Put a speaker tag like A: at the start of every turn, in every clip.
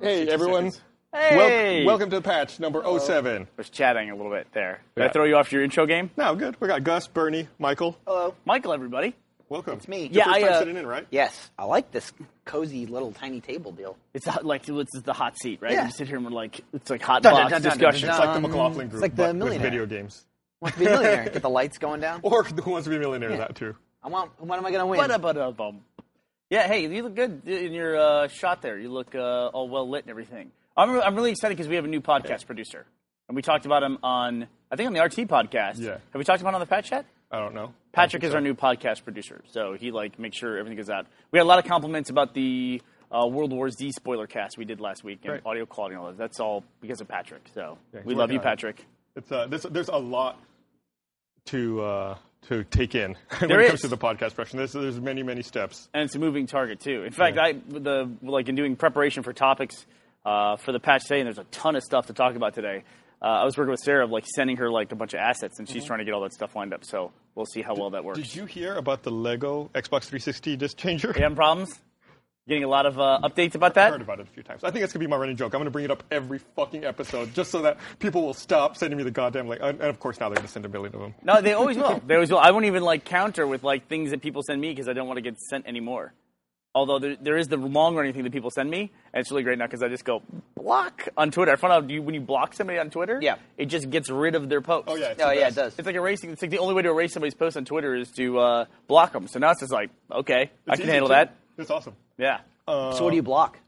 A: Hey, everyone. Wel-
B: Hey,
A: welcome to the patch number 07.
B: I was chatting a little bit there. Did
A: Yeah.
B: I throw you off your intro game?
A: No, Oh, good. We got Gus, Bernie, Michael.
C: Hello.
B: Michael, everybody.
A: welcome. It's
C: me.
A: Your
B: Yeah,
A: first
B: I,
A: time
B: uh,
A: sitting in, right?
C: Yes, I like this cozy little tiny table deal.
B: It's hot- like it's the hot seat, right?
C: Yeah.
B: We sit here and we're like, it's like hot
C: Dun, dun,
B: box
C: dun, dun,
B: discussion.
C: dun,
A: It's
C: dun,
A: like the
C: Um,
A: McLaughlin
C: it's
A: group,
C: like the
A: but with
C: millionaire.
A: video games.
C: Want to be a millionaire? Get the lights going down.
A: Or Who Wants to Be a Millionaire, that too.
C: I want. What am I going to win?
B: But, uh, but, uh, bum. Yeah, hey, you look good in your uh, shot there. You look uh, all well lit and everything. I'm, re- I'm really excited because we have a new podcast producer, and we talked about him on I think on the RT podcast.
A: Yeah.
B: Have we talked about him on the Patch yet?
A: I don't know.
B: Patrick is our new podcast producer, so he like makes sure everything goes out. We had a lot of compliments about the uh, World War Z spoiler cast we did last week and
A: Right.
B: audio quality and all that. That's all because of Patrick. So
A: he's
B: we love
A: working
B: you,
A: on it.
B: Patrick.
A: It's, uh, there's, there's a lot to uh, to take in when
B: There
A: it comes
B: is.
A: to the podcast production. There's, there's many, many steps.
B: and it's a moving target too. In fact, I the like in doing preparation for topics uh, for the patch today, and there's a ton of stuff to talk about today. Uh, I was working with Sarah, of, like sending her like a bunch of assets, and she's trying to get all that stuff lined up. So we'll see how well that works.
A: Mm-hmm. Did you hear about the Lego Xbox 360 disc changer?
B: You having problems? Getting a lot of uh, updates about
A: I
B: that.
A: heard about it a few times. I think that's gonna be my running joke. I'm gonna bring it up every fucking episode just so that people will stop sending me the goddamn like. And, and of course now they're gonna send a million of them.
B: No, they always will. They always will. I won't even like counter with like things that people send me because I don't want to get sent anymore. Although there, there is the long running thing that people send me, and it's really great now because I just go block on Twitter. I found out you, when you block somebody on Twitter,
C: Yeah.
B: it just gets rid of their post.
A: Oh yeah. it's
C: oh
A: the
C: yeah, it
A: best.
C: does.
B: It's like erasing. It's like the only way to erase somebody's post on Twitter is to uh, block them. So now it's just like, okay, I
A: It's
B: can
A: easy, Oh.
B: handle
A: too.
B: that.
A: It's awesome.
B: Yeah,
C: so what do you block?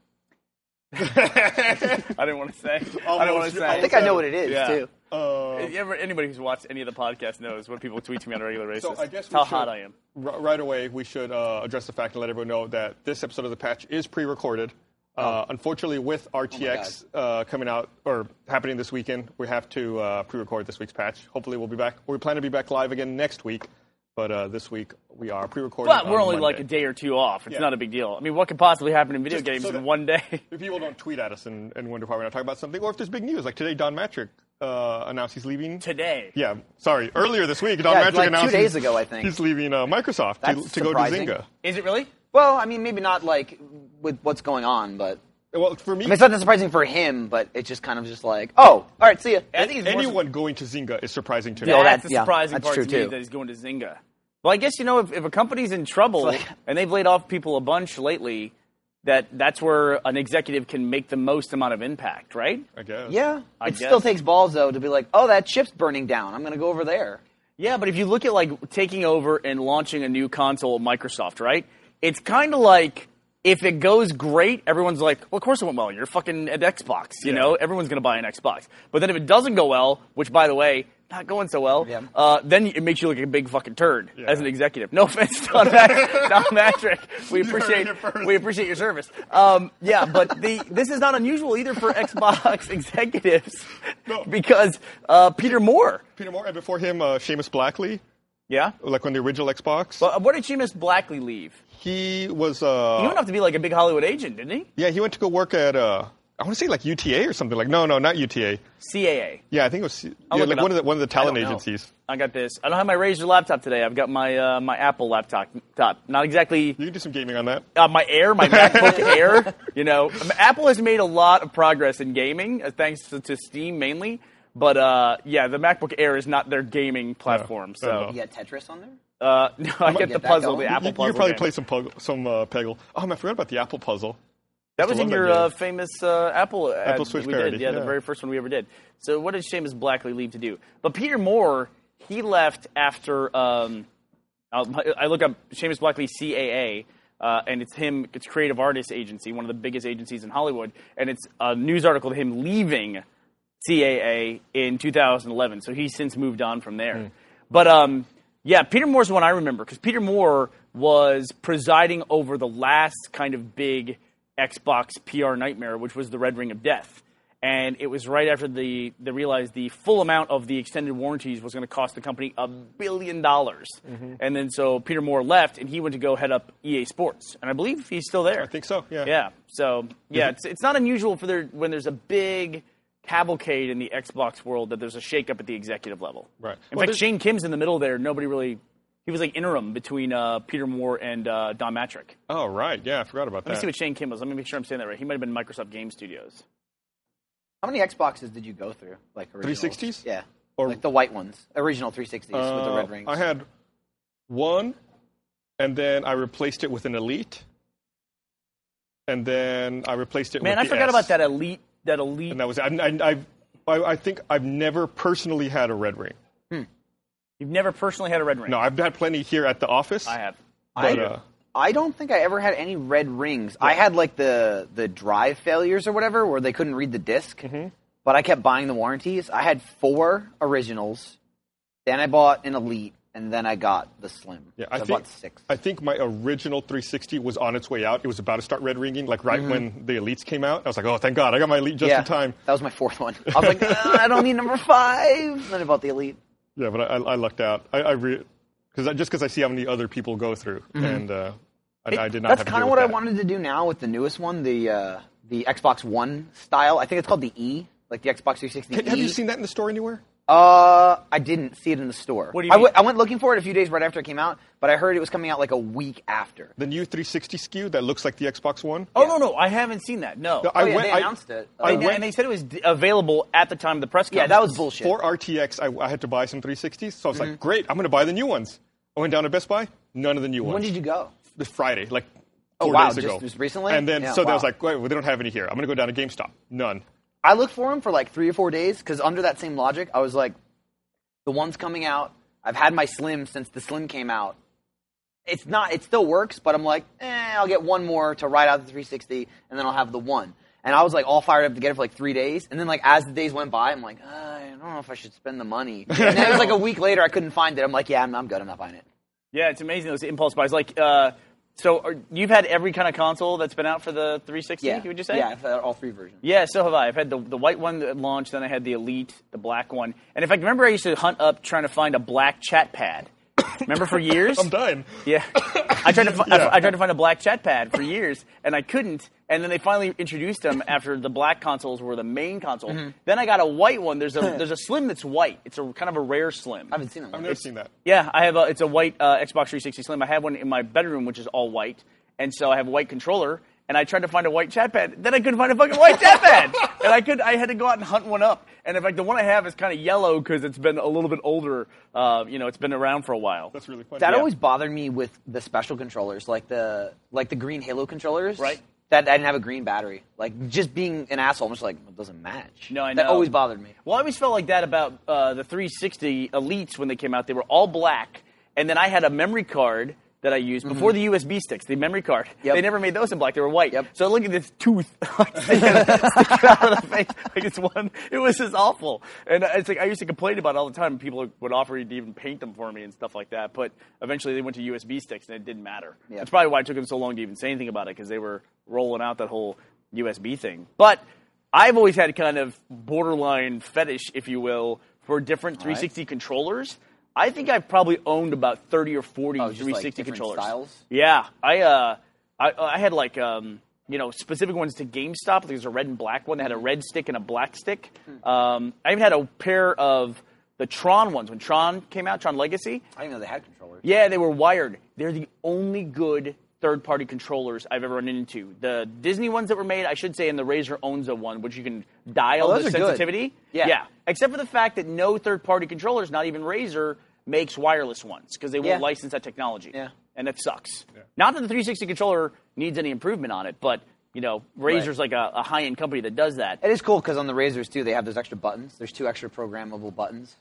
B: I didn't want to say. I
A: Almost-
B: don't want to say.
A: almost
C: I think I know what it is
B: Uh, Yeah.
C: too.
A: Uh,
B: Ever- Anybody who's watched any of the podcast knows what people tweet to me on a regular basis.
A: so I guess we
B: how
A: should,
B: hot I am.
A: r- right away, we should uh, address the fact and let everyone know that this episode of the patch is pre-recorded.
B: Oh.
A: Uh, unfortunately, with RTX uh, coming out or happening this weekend, we have to uh, pre-record this week's patch. Hopefully, we'll be back. We plan to be back live again next week, but uh, this week we are pre-recording.
B: But we're
A: on
B: only like a
A: Monday.
B: day or two off. It's
A: Yeah.
B: not a big deal. I mean, what could possibly happen in video
A: Just
B: games
A: so
B: in
A: that-
B: one day?
A: If people don't tweet at us and, and wonder why we're not talking about something, or if there's big news, like today, Don Matrick uh, announced he's leaving.
B: Today.
A: Yeah, sorry, earlier this week, Don
C: Yeah,
A: Matrick
C: like two
A: announced
C: days
A: he's-
C: ago, I think.
A: he's leaving uh, Microsoft to,
C: That's
A: to go to
C: surprising.
A: Zynga.
B: Is it really?
C: Well, I mean, maybe not like with what's going on, but
A: Well, for me,
C: I mean, it's not that surprising for him. But it's just kind of just like, oh, all right, see ya.
B: I think it's more-
A: anyone going to Zynga is surprising to me.
C: Yeah,
B: that's
C: that-
B: the surprising
C: that's
B: part
C: true,
B: to me
C: too.
B: that he's going to Zynga. Well, I guess you know if, if a company's in trouble
C: It's like-
B: and they've laid off people a bunch lately, that that's where an executive can make the most amount of impact, right?
A: I guess.
C: Yeah,
B: I
C: it
B: guess.
C: still takes balls though to be like, oh, that ship's burning down. I'm going to go over there.
B: Yeah, but if you look at like taking over and launching a new console, at Microsoft, right? It's kind of like if it goes great, everyone's like, "Well, of course it went well. You're fucking at Xbox, you
A: Yeah.
B: know. Everyone's gonna buy an Xbox." But then if it doesn't go well, which by the way, not going so well,
C: Yeah.
B: uh, then it makes you look like a big fucking turd
A: Yeah.
B: as an executive. No offense, Don, Pat- Don Patrick. We
A: You heard
B: appreciate
A: it first.
B: we appreciate your service. Um, yeah, but the this is not unusual either for Xbox executives
A: No.
B: because uh, Peter Moore.
A: Peter Moore, and before him, uh, Seamus Blackley,
B: Yeah.
A: like on the original Xbox,
B: Uh, Where did Seamus Blackley leave?
A: he was. Uh,
B: He went off to be like a big Hollywood agent, didn't
A: yeah, he went to go work at. Uh, I want to say like UTA or something. Like no, no, not UTA.
B: he? CAA.
A: Yeah, I think it was. Yeah,
B: look
A: like
B: it
A: one
B: up.
A: of the one of the talent
C: I don't know.
A: agencies.
B: I got this. I don't have my Razer laptop today. I've got my uh, my Apple laptop. Top. Not exactly
A: You can do some gaming on that.
B: uh, my Air, my MacBook Air. You know, I mean, Apple has made a lot of progress in gaming, uh, thanks to, to Steam mainly. But uh, yeah, the MacBook Air is not their
A: Oh,
B: gaming platform.
A: No, no,
B: So
C: You got Tetris on there.
B: uh, no, I get,
C: get
B: the
C: that
B: puzzle,
C: going.
B: the Apple
A: oh. you,
B: puzzle.
A: you could probably
B: game.
A: play some pug- some uh, Peggle. Oh, man, I forgot about the Apple puzzle.
B: That was
A: I
B: in
A: love
B: your
A: that
B: uh,
A: game.
B: famous uh, Apple ad
A: Apple
B: that
A: Switch
B: we
A: parody,
B: Did. Yeah,
A: yeah.
B: the very first one we ever did. So what did Seamus Blackley leave to do? But Peter Moore, he left after. Um, I'll, I look up Seamus Blackley CAA, uh, and it's him. It's Creative Artists Agency, one of the biggest agencies in Hollywood, and it's a news article of him leaving CAA in 2011. So he's since moved on from there.
A: Hmm.
B: But um, yeah, Peter Moore's the one I remember because Peter Moore was presiding over the last kind of big Xbox PR nightmare, which was the Red Ring of Death. And it was right after the they realized the full amount of the extended warranties was going to cost the company a billion dollars.
A: Mm-hmm.
B: And then so Peter Moore left, and he went to go head up EA Sports, and I believe he's still there.
A: I think so. Yeah.
B: Yeah. So yeah, it's it's not unusual for there when there's a big cavalcade in the Xbox world that there's a shakeup at the executive level.
A: Right.
B: In
A: Well,
B: fact,
A: there's-
B: Shane Kim's in the middle there. Nobody really He was like interim between uh, Peter Moore and uh, Don Matrick.
A: Oh, right. Yeah, I forgot about
B: Let me
A: that.
B: see what Shane Kim was. Let me make sure I'm saying that right. He might have been Microsoft Game Studios.
D: How many Xboxes did you go through? Like original?
A: 360s?
D: Yeah.
A: Or-
D: like the white ones, original 360s with the
A: Uh,
D: red rings.
A: I had one, and then I replaced it with an Elite, and then I replaced it
B: Man,
A: with
B: I
A: the
B: forgot
A: S.
B: about that elite. That elite.
A: And that was I, I, I've- I, I think I've never personally had a Red Ring.
B: You've never personally had a red ring.
A: No, I've had plenty here at the office.
B: I have.
A: But,
D: I,
A: uh,
D: I don't think I ever had any red rings. I had like the the drive failures or whatever, where they couldn't read the disk
A: Mm-hmm.
D: But I kept buying the warranties. I had four originals, then I bought an elite, and then I got the slim.
A: Yeah,
D: So
A: I
D: I,
A: think
D: bought six.
A: I think my original 360 was on its way out. It was about to start red ringing, like right when the elites came out. I was like, oh, thank God, I got my elite just
D: yeah,
A: in time.
D: that was my fourth one. I was like, "Ah, I don't need number five. And then I bought the elite.
A: Yeah, but I, I lucked out. I, I re- cause I, just because I see how many other people go through, and uh, I, I did not.
D: Mm-hmm. That's
A: have to
D: kind
A: deal
D: of
A: with
D: what I
A: that.
D: wanted to do now with the newest one, the uh, the Xbox One style. I think it's called the E, like the Xbox 360.
A: Have
D: E.
A: you seen that in the store anywhere?
D: Uh, I didn't see it in the store.
B: What do you
D: I
B: mean?
D: I went looking for it a few days right after it came out, but I heard it was coming out like a week after.
A: The new 360 SKU that looks like the Xbox One.
B: Oh no, no, I haven't seen that. No.
A: No, I
D: oh, yeah,
A: went,
D: they
A: I-
D: announced it. Oh,
A: I
D: They-
B: and,
A: went
B: and they said it was d- available at the time of the press
D: Yeah, Mm-hmm.
B: conference.
D: that was bullshit.
A: for RTX. I, I had to buy some 360s, so I was like, great, I'm going to buy the new ones. I went down to Best Buy. None of the new ones.
D: when did you go?
A: this Friday, like
D: Oh,
A: four
D: wow,
A: days
D: just-
A: ago.
D: just recently?
A: And then
D: Yeah,
A: so they
D: wow.
A: was like, wait, well, they don't have any here. I'm gonna go down to GameStop. None.
D: I looked for them for like three or four days because under that same logic, I was like, the one's coming out. I've had my Slim since the Slim came out. It's not. It still works, but I'm like, eh, I'll get one more to ride out the 360, and then I'll have the one. And I was like all fired up to get it for like three days, and then like as the days went by, I'm like, "Ah, I don't know if I should spend the money. And then it was like a week later, I couldn't find it. I'm like, yeah, I'm, I'm good. I'm not buying it.
B: Yeah, it's amazing those impulse buys. Like, uh, so are, you've had every kind of console that's been out for the 360.
D: Yeah,
B: Would you say?
D: Yeah, I've had all three versions.
B: Yeah, so have I. I've had the, the white one that launched, then I had the elite, the black one, and if I can remember, I used to hunt up trying to find a black chat pad. Remember for years?
A: I'm dying.
B: Yeah, I tried to fi- I, I tried to find a black chat pad for years, and I couldn't. And then they finally introduced them after the black consoles were the main console.
D: Mm-hmm.
B: Then I got a white one. There's a there's a slim that's white. It's a kind of a rare slim.
D: I haven't seen them.
A: I've never seen that.
B: Yeah, I have a. It's a white uh, Xbox 360 Slim. I have one in my bedroom, which is all white, and so I have a white controller. And I tried to find a white chat pad. Then I couldn't find a fucking white chat pad. And I could. I had to go out and hunt one up. And in fact, the one I have is kind of yellow because it's been a little bit older. Uh, you know, it's been around for a while.
A: That's really funny.
D: That
A: Yeah.
D: always bothered me with the special controllers, like the like the green Halo controllers.
B: Right.
D: That I didn't have a green battery. Like just being an asshole, I'm just like it doesn't match.
B: No, I
D: That
B: know.
D: always bothered me.
B: Well, I always felt like that about uh, the 360 Elites when they came out. They were all black, and then I had a memory card that I used
A: Mm-hmm.
B: before the USB sticks. The memory card.
D: Yep.
B: They never made those in black. They were white.
D: Yep.
B: So look at this tooth sticking out of the face. Like it's one. It was just awful. And it's like I used to complain about it all the time. People would offer to even paint them for me and stuff like that. But eventually, they went to USB sticks, and it didn't matter.
D: Yeah.
B: That's probably why it took them so long to even say anything about it because they were rolling out that whole USB thing. But I've always had kind of borderline fetish, if you will, for different 360 controllers. I think I've probably owned about 30 or 40
D: Oh, just, like,
B: 360
D: different
B: controllers.
D: styles?
B: Yeah, I uh, I, I had like um, you know, specific ones to GameStop. There's a red and black one that had a red stick and a black stick. Um, I even had a pair of the Tron ones when Tron came out, Tron Legacy.
D: I didn't know they had controllers.
B: Yeah, they were wired. They're the only good third party controllers I've ever run into. The Disney ones that were made, I should say, and the Razer Onza one, which you can dial
D: Oh, those
B: the
D: are good.
B: sensitivity.
D: Yeah.
B: yeah. Except for the fact that no third party controllers, not even Razer, makes wireless ones because they won't
D: Yeah.
B: license that technology.
D: Yeah.
B: And that sucks. Not that the 360 controller needs any improvement on it, but you know, Razer's like a, a high end company that does that.
D: It is cool because on the razors too, they have those extra buttons. There's two extra programmable buttons.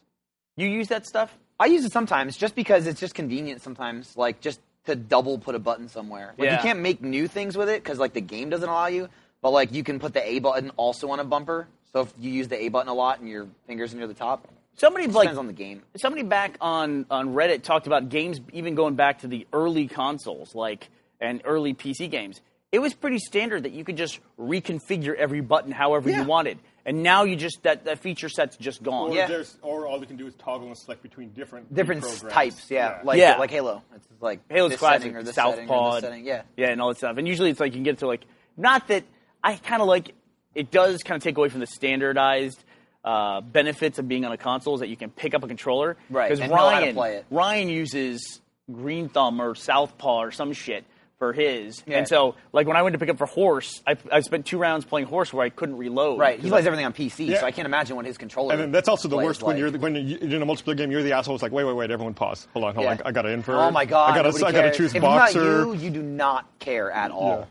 B: You use that stuff?
D: I use it sometimes just because it's just convenient sometimes, like just to double put a button somewhere. Like
B: Yeah.
D: you can't make new things with it because like the game doesn't allow you, but like you can put the A button also on a bumper. So if you use the A button a lot and your fingers near the top,
B: Somebody like
D: depends on the game.
B: somebody back on on Reddit talked about games even going back to the early consoles, like and early PC games. It was pretty standard that you could just reconfigure every button however
D: Yeah.
B: you wanted, and now you just that that feature set's just gone.
A: Or,
D: Yeah.
A: there's, or all they can do is toggle and select between different
D: different
A: programs.
D: types. Yeah, like
B: Yeah.
D: like Halo. It's just like
B: Halo's
D: this
B: classic,
D: setting or this
B: South
D: setting or
B: Pod,
D: this setting. Yeah,
B: yeah, and all that stuff. And usually it's like you can get to like not that I kind of like it does kind of take away from the standardized. Uh, benefits of being on a console is that you can pick up a controller
D: Right,
B: because
D: and know how to
B: Ryan
D: play it.
B: Ryan uses Green Thumb or Southpaw or some shit for his.
C: Yeah.
B: And so, like when I went to pick up for Horse, I, I spent two rounds playing Horse where I couldn't reload.
C: Right, he
B: Because
C: plays everything on PC,
A: Yeah.
C: so I can't imagine what his controller.
A: And then that's also the
C: plays
A: worst when
C: like.
A: you're the, when you, in a multiplayer game you're the asshole. It's like wait wait wait everyone pause hold on hold on
C: Yeah.
A: I, got to invert.
C: Oh my god!
A: I got
C: nobody
A: to I got to
C: cares.
A: choose
C: if
A: boxer.
C: It's not you, you do not care at all.
A: Yeah.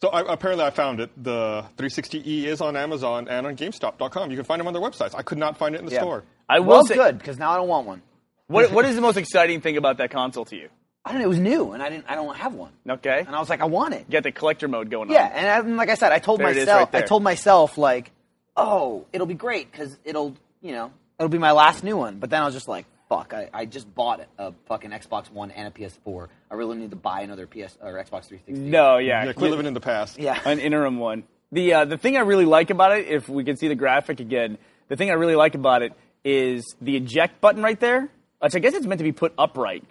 A: So I, apparently I found it. The 360e is on Amazon and on GameStop.com. You can find them on their websites. I could not find it in the
C: Yeah.
A: store.
B: I will
C: well,
B: say,
C: good because now I don't want one.
B: What, what is the most exciting thing about that console to you?
C: I don't. know, It was new, and I didn't. I don't have one.
B: Okay,
C: And I was like, I want it.
B: you got the collector mode going
C: Yeah,
B: on.
C: and, I, and like I said, I told
B: There it is
C: myself,
B: right there.
C: I told myself like, oh, it'll be great because it'll, you know, it'll be my last new one. But then I was just like, fuck, I, I just bought a fucking Xbox One and a PS4. I really need to buy another PS or Xbox 360.
B: No, yeah,
A: Yeah, quit living in the past.
C: Yeah.
B: an interim one. The uh, the thing I really like about it, if we can see the graphic again, the thing I really like about it is the eject button right there. Which I guess it's meant to be put upright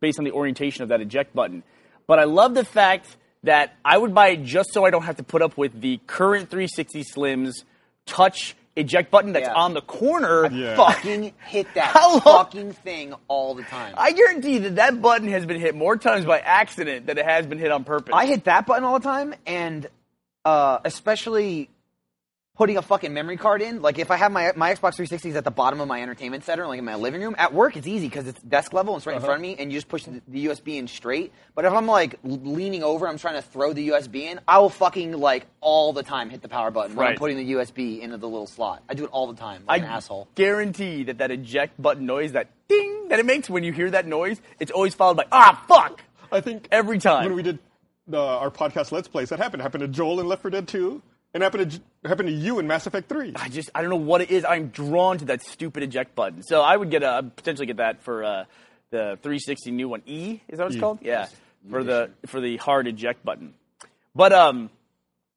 B: based on the orientation of that eject button. But I love the fact that I would buy it just so I don't have to put up with the current 360 Slims touch eject button that's
C: Yeah.
B: on the corner.
A: Yeah.
C: Fucking hit that
B: How long-
C: fucking thing all the time.
B: I guarantee that that button has been hit more times by accident than it has been hit on purpose.
C: I hit that button all the time, and uh, especially putting a fucking memory card in. Like if I have my my Xbox 360s at the bottom of my entertainment center, like in my living room. At work, it's easy because it's desk level and it's right
B: Uh-huh.
C: in front of me, and you just push the, the USB in straight. But if I'm like l- leaning over, I'm trying to throw the USB in. I will fucking like all the time hit the power button when I'm
B: Right.
C: putting the USB into the little slot. I do it all the time.
B: I
C: Like an asshole.
B: guarantee that that eject button noise, that ding that it makes when you hear that noise, it's always followed by ah fuck.
A: I think
B: Every time.
A: when we did uh, our podcast Let's Plays, that happened. It happened to Joel in Left 4 Dead 2, and happened to J- happened to you in Mass Effect 3.
B: I just I don't know what it is. I'm drawn to that stupid eject button. So I would get a I'd potentially get that for uh, the 360 new one E is that what it's
A: E.
B: called? Yeah, for the for the hard eject button. But um,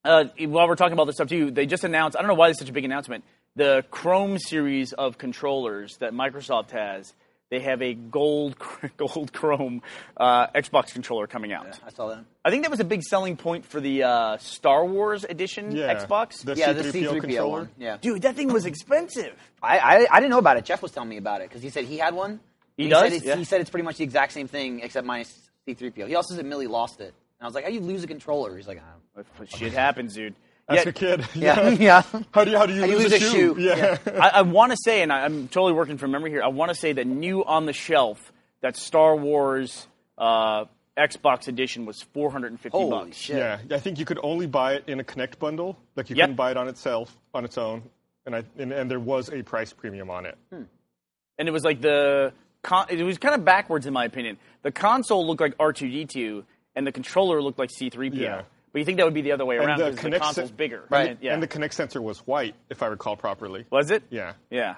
B: uh, while we're talking about this stuff too, they just announced. I don't know why it's such a big announcement. The Chrome series of controllers that Microsoft has, they have a gold gold Chrome uh, Xbox controller coming out.
C: I saw that.
B: I think that was a big selling point for the uh, Star Wars edition
A: Yeah.
B: Xbox.
A: The
C: Yeah, the
A: C3PO
C: C3PO
A: controller.
C: one. Yeah.
B: Dude, that thing was expensive.
C: I, I, I didn't know about it. Jeff was telling me about it because he said he had one. He,
B: does?
C: Said it's,
B: Yeah.
C: He said it's pretty much the exact same thing except minus C3PO. He also said Millie lost it. And I was like, how do you lose a controller? He's like, I don't
B: But shit happens, dude.
A: That's
B: Yeah,
A: a kid.
C: Yeah, yeah.
A: How do you how do you,
C: How do you
A: lose,
C: lose a shoe?
A: Yeah.
B: I, I want to say, and I, I'm totally working from memory here. I want to say that new on the shelf, that Star Wars uh, Xbox edition was 450
C: Holy
B: bucks.
C: shit.
A: yeah. I think you could only buy it in a Connect bundle. Like you
B: Yep.
A: couldn't buy it on itself on its own. And I and, and there was a price premium on it.
B: and it was like the con- it was kind of backwards in my opinion. The console looked like R2D2, and the controller looked like C3PO.
A: Yeah.
B: But you think that would be the other way around
A: the
B: because the,
A: Kinect
B: console's
A: sen-
B: bigger,
C: Right.
B: And- yeah.
A: And the Connect sensor was white, if I recall properly.
B: was it?
A: Yeah.
B: Yeah.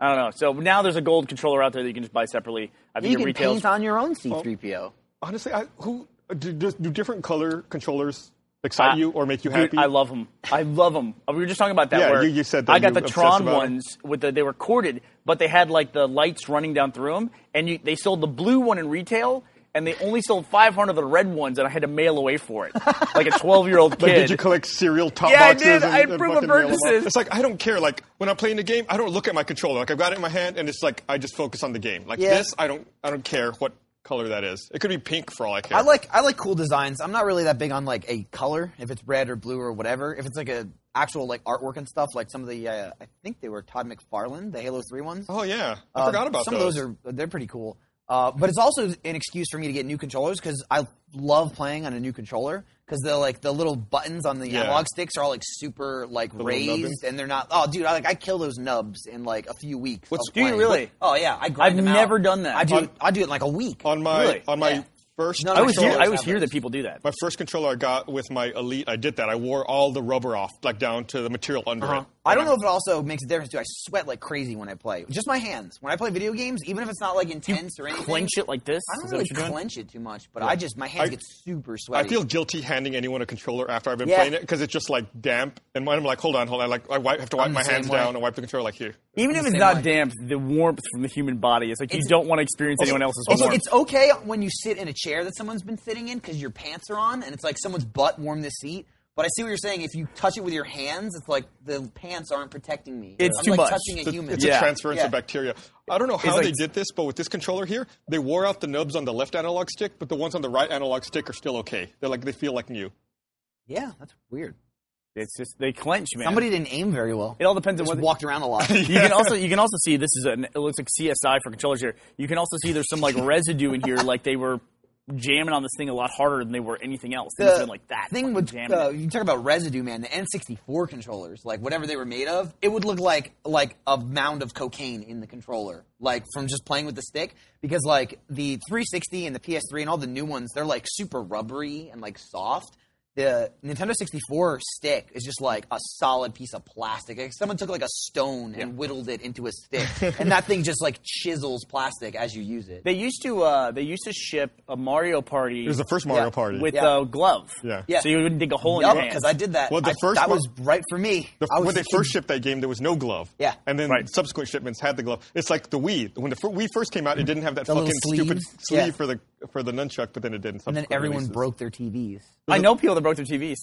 B: I don't know. So now there's a gold controller out there that you can just buy separately. I think
C: You
B: it
C: can
B: retails
C: paint on your own C3PO.
A: Honestly, I, who do, do, do different color controllers excite you or make you
B: Dude,
A: happy?
B: I love them. I love them. We were just talking about that.
A: Yeah,
B: where
A: you- you said that
B: I got
A: you
B: the
A: obsessed
B: Tron
A: about 'em.
B: ones with the they were corded, but they had like the lights running down through them, and you, they sold the blue one in retail. And they only sold 500 of the red ones, and I had to mail away for it, like a 12 year old kid.
A: Like, did you collect cereal top
B: Yeah, I
A: boxes?
B: did.
A: and-
B: I
A: and
B: approve
A: fucking
B: of
A: mail 'em off?
B: purchases.
A: It's like I don't care. Like when I'm playing the game, I don't look at my controller. Like I've got it in my hand, and it's like I just focus on the game. Like
C: Yeah.
A: this, I don't. I don't care what color that is. It could be pink for all I care.
D: I like I like cool designs. I'm not really that big on like a color, if it's red or blue or whatever. If it's like a actual like artwork and stuff, like some of the uh, I think they were Todd McFarlane, the Halo Three ones.
A: Oh yeah, I forgot about
D: um, some
A: those.
D: of those are they're pretty cool. Uh, but it's also an excuse for me to get new controllers because I love playing on a new controller because the like the little buttons on the
A: Yeah.
D: analog sticks are all like super like
A: nubbins.
D: raised and they're not. Oh, dude, I like I kill those nubs in like a few weeks.
A: What's-
D: of
A: do you
D: playing.
B: really?
D: Oh yeah, I grind
B: I've
D: them out.
B: never done that.
D: I do.
B: On-
D: I do it in like a week.
A: on my
B: Really?
A: on my
D: Yeah.
A: first.
D: None of
B: I
D: my
B: always hear, I
D: controllers
B: always
D: have
B: hear
D: those.
B: that people do that.
A: my first controller I got with my Elite, I did that. I wore all the rubber off, like down to the material under it.
D: I don't know if it also makes a difference too. I sweat like crazy when I play. Just my hands. When I play video games, even if it's not like intense or anything,
B: Clench it like this.
D: I
B: Is
D: don't
B: that
D: really
B: what you're doing?
D: clench it too much, but I just my hands
A: I-
D: get super sweaty.
A: I feel guilty handing anyone a controller after I've been
D: Yeah.
A: playing it because it's just like damp, and when I'm like, hold on, hold on, like I wipe, have to wipe
D: the
A: my
D: same
A: hands
D: way.
A: down and wipe the controller like here.
B: Even if
D: the
B: it's
D: same
B: not
D: way.
B: damp, the warmth from the human body is like you don't want to experience anyone else's
D: It's,
B: warmth.
D: it's okay when you sit in a chair that someone's been sitting in because your pants are on and it's like someone's butt warmed the seat. But I see what you're saying. If you touch it with your hands, it's like the pants aren't protecting me.
B: It's
D: I'm
B: too
D: like
B: much.
D: touching a
A: It's a-
D: human.
A: It's a
B: Yeah.
A: transference
D: Yeah.
A: of bacteria. I don't know how
B: like-
A: they did this, but with this controller here, they wore out the nubs on the left analog stick, but the ones on the right analog stick are still okay. They're like they feel like new.
D: Yeah, that's weird.
B: It's just they clench, man.
D: Somebody didn't aim very well.
B: It all depends on
D: Just
B: what
D: walked around a lot.
B: You can also you can also see this is an it looks like CSI for controllers here. You can also see there's some like residue in here, like they were jamming on this thing a lot harder than they were anything else. They must have been like that
D: thing
B: fucking
D: with
B: jamming
D: uh,
B: it.
D: you talk about residue, man. The N64 controllers, like whatever they were made of, it would look like like a mound of cocaine in the controller, like from just playing with the stick. Because like the 360 and the PS3 and all the new ones, they're like super rubbery and like soft. The Nintendo 64 stick is just like a solid piece of plastic. Like someone took like a stone and whittled it into a stick, and that thing just like chisels plastic as you use it.
B: They used to uh, they used to ship a Mario Party
A: It was the first Mario
D: Yeah.
A: Party.
B: with
D: Yeah.
B: a glove.
A: Yeah.
D: Yeah.
B: So you wouldn't dig a hole in your hands.
D: because I did that.
A: Well, the
D: I-
A: first
D: that
A: one-
D: was right for me.
A: The,
D: I was
A: when they
D: just
A: first shipped that game, there was no glove.
D: Yeah.
A: And then
B: Right.
A: subsequent shipments had the glove. It's like the Wii. When the fir- Wii first came out, it didn't have that
D: The little
A: fucking stupid
D: sleeves?
A: sleeve
D: Yeah.
A: for the for the nunchuck, but then it did. in
D: and then
A: subsequent
D: everyone
A: releases.
D: broke their TVs.
B: I know people that broke their TVs.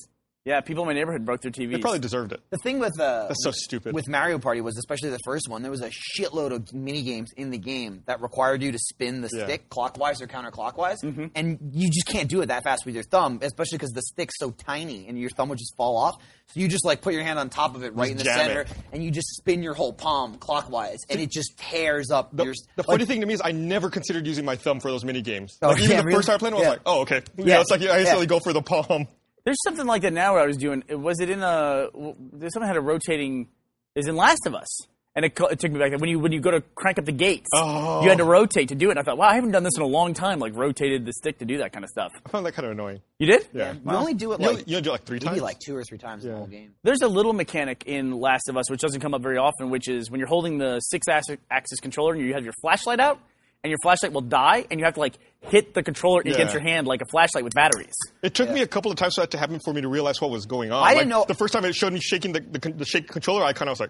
B: Yeah, people in my neighborhood broke their TVs.
A: They probably deserved it.
D: The thing with uh,
A: That's so stupid.
D: with Mario Party was especially the first one. There was a shitload of mini games in the game that required you to spin the
A: Yeah. Mm-hmm.
D: stick clockwise or counterclockwise, and you just can't do it that fast with your thumb, especially because the stick's so tiny and your thumb would just fall off. So you just like put your hand on top of it, right in the
A: jam
D: center,
A: it.
D: and you just spin your whole palm clockwise, and it just tears up
A: The,
D: your.
A: the funny thing to me is I never considered using my thumb for those mini games.
D: Oh,
A: like, even
D: yeah,
A: the first
D: really?
A: time I played, them, I was
D: Yeah.
A: like, oh, okay. You
D: Yeah.
A: know, it's like I
D: Yeah.
A: instantly go for the palm.
B: There's something like that now. What I was doing It- was it in a w- there's something had a rotating is in Last of Us, and it, co- it took me back there when you when you go to crank up the gates,
A: Oh.
B: you had to rotate to do it. And I thought, wow, I haven't done this in a long time. Like rotated the stick to do that kind of stuff.
A: I found that kind of annoying.
B: You did?
A: Yeah.
D: you only do it
A: You
D: like
A: only- you only do it like three
D: maybe
A: times?
D: like two or three times in the
A: Yeah.
D: whole game.
B: There's a little mechanic in Last of Us which doesn't come up very often, which is when you're holding the six axis- axis controller and you have your flashlight out, and your flashlight will die, and you have to like hit the controller against your hand like a flashlight with batteries.
A: It took me a couple of times for that to happen for me to realize what was going on.
D: I
A: like,
D: didn't know-
A: The first time it showed me shaking the, the, con- the shake controller icon, I was like,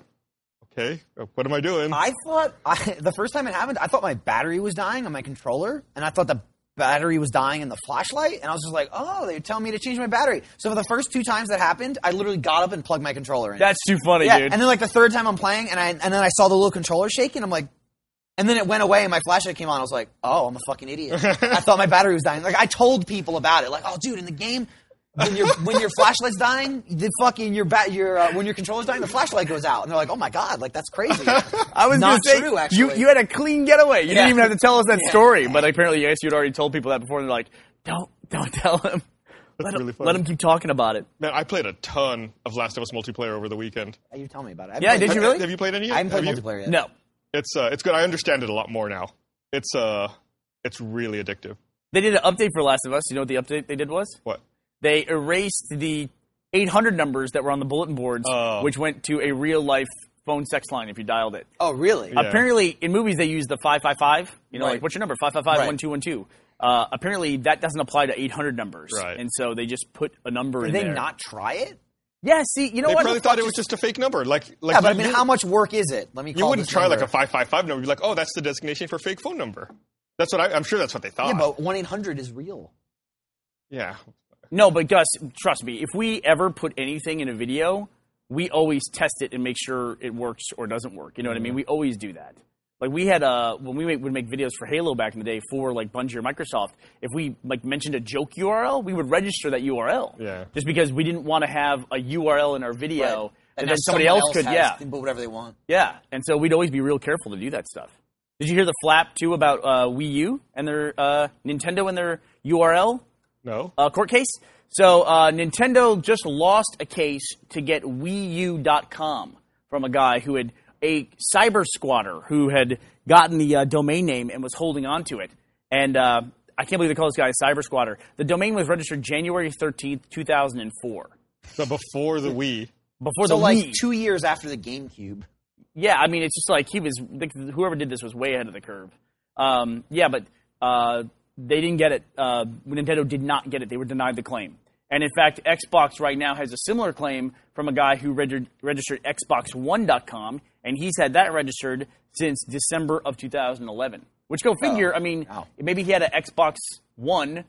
A: okay, uh, what am I doing?
D: I thought I, the first time it happened, I thought my battery was dying on my controller, and I thought the battery was dying in the flashlight, and I was just like, "Oh, they're telling me to change my battery." So for the first two times that happened, I literally got up and plugged my controller in.
B: That's too funny,
D: yeah,
B: dude.
D: and then like the third time I'm playing, and I and then I saw the little controller shaking. I'm like, and then it went away, and my flashlight came on. I was like, "Oh, I'm a fucking idiot." I thought my battery was dying. Like I told people about it. Like, "Oh, dude, in the game." when your when your flashlight's dying, the fucking your bat your uh, when your controller's dying, the flashlight goes out, and they're like, "Oh my god, like that's crazy."
B: I was gonna
D: not
B: say,
D: true. Actually,
B: You, you had a clean getaway. You didn't
D: Yeah.
B: even have to tell us that story. But apparently, yes, you'd already told people that before. And they're like, don't, don't tell him. Let, him
A: really funny.
B: let him keep talking about it.
A: Man, I played a ton of Last of Us multiplayer over the weekend.
D: you tell me about it. I
B: Yeah,
D: haven't
B: did
D: played-
B: you really?
A: Have you played any?
D: I haven't
A: Have
D: played
A: you?
D: multiplayer yet.
B: No.
A: It's uh, it's good. I understand it a lot more now. It's uh, it's really addictive.
B: They did an update for Last of Us. You know what the update they did was?
A: What?
B: They erased the 800 numbers that were on the bulletin boards,
A: Oh.
B: which went to a real life phone sex line if you dialed it.
D: Oh, really?
A: Yeah.
B: Apparently, in movies, they use the 555. You know,
D: Right.
B: like, what's your number? 555
D: Right.
B: 1212. Uh, apparently, that doesn't apply to 800 numbers.
A: Right.
B: And so they just put a number in
D: Did they
B: there.
D: not try it?
B: Yeah, see, you know
A: They
B: what?
A: probably thought it was just a fake number. Like, like
D: Yeah, but I
A: you-
D: mean,
A: you-
D: how much work is it? Let me. Call
A: You wouldn't
D: this
A: try like
D: number.
A: a five five five number. You're like, oh, that's the designation for fake phone number. That's what I, I'm sure. That's what they thought.
D: Yeah, but one eight hundred is real.
A: yeah.
B: No, but Gus, trust me, if we ever put anything in a video, we always test it and make sure it works or doesn't work. You know what I mean? We always do that. Like we had uh when we made, would make videos for Halo back in the day for like Bungie or Microsoft, if we like mentioned a joke URL, we would register that URL.
A: Yeah.
B: Just because we didn't want to have a URL in our video
D: Right.
B: that
D: And
B: then
D: if
B: somebody
D: someone
B: else could
D: has,
B: yeah.
D: they can put whatever they want.
B: Yeah, and so we'd always be real careful to do that stuff. Did you hear the flap too about uh, Wii U and their uh, Nintendo and their URL
A: No.
B: uh, court case? So uh, Nintendo just lost a case to get WiiU.com from a guy who had a cyber squatter who had gotten the uh, domain name and was holding on to it. And uh, I can't believe they call this guy a cyber squatter. The domain was registered January thirteenth, two thousand and four.
A: so before the Wii.
B: Before
D: So
B: the
D: like
B: Wii.
D: two years after the GameCube.
B: yeah, I mean, it's just like he was. Whoever did this was way ahead of the curve. Um, yeah, but uh, they didn't get it. Uh, Nintendo did not get it. They were denied the claim. And in fact, Xbox right now has a similar claim from a guy who registered, registered Xbox1.com, and he's had that registered since December of 2011. Which go figure. I mean,
D: Oh, wow.
B: maybe he had an Xbox One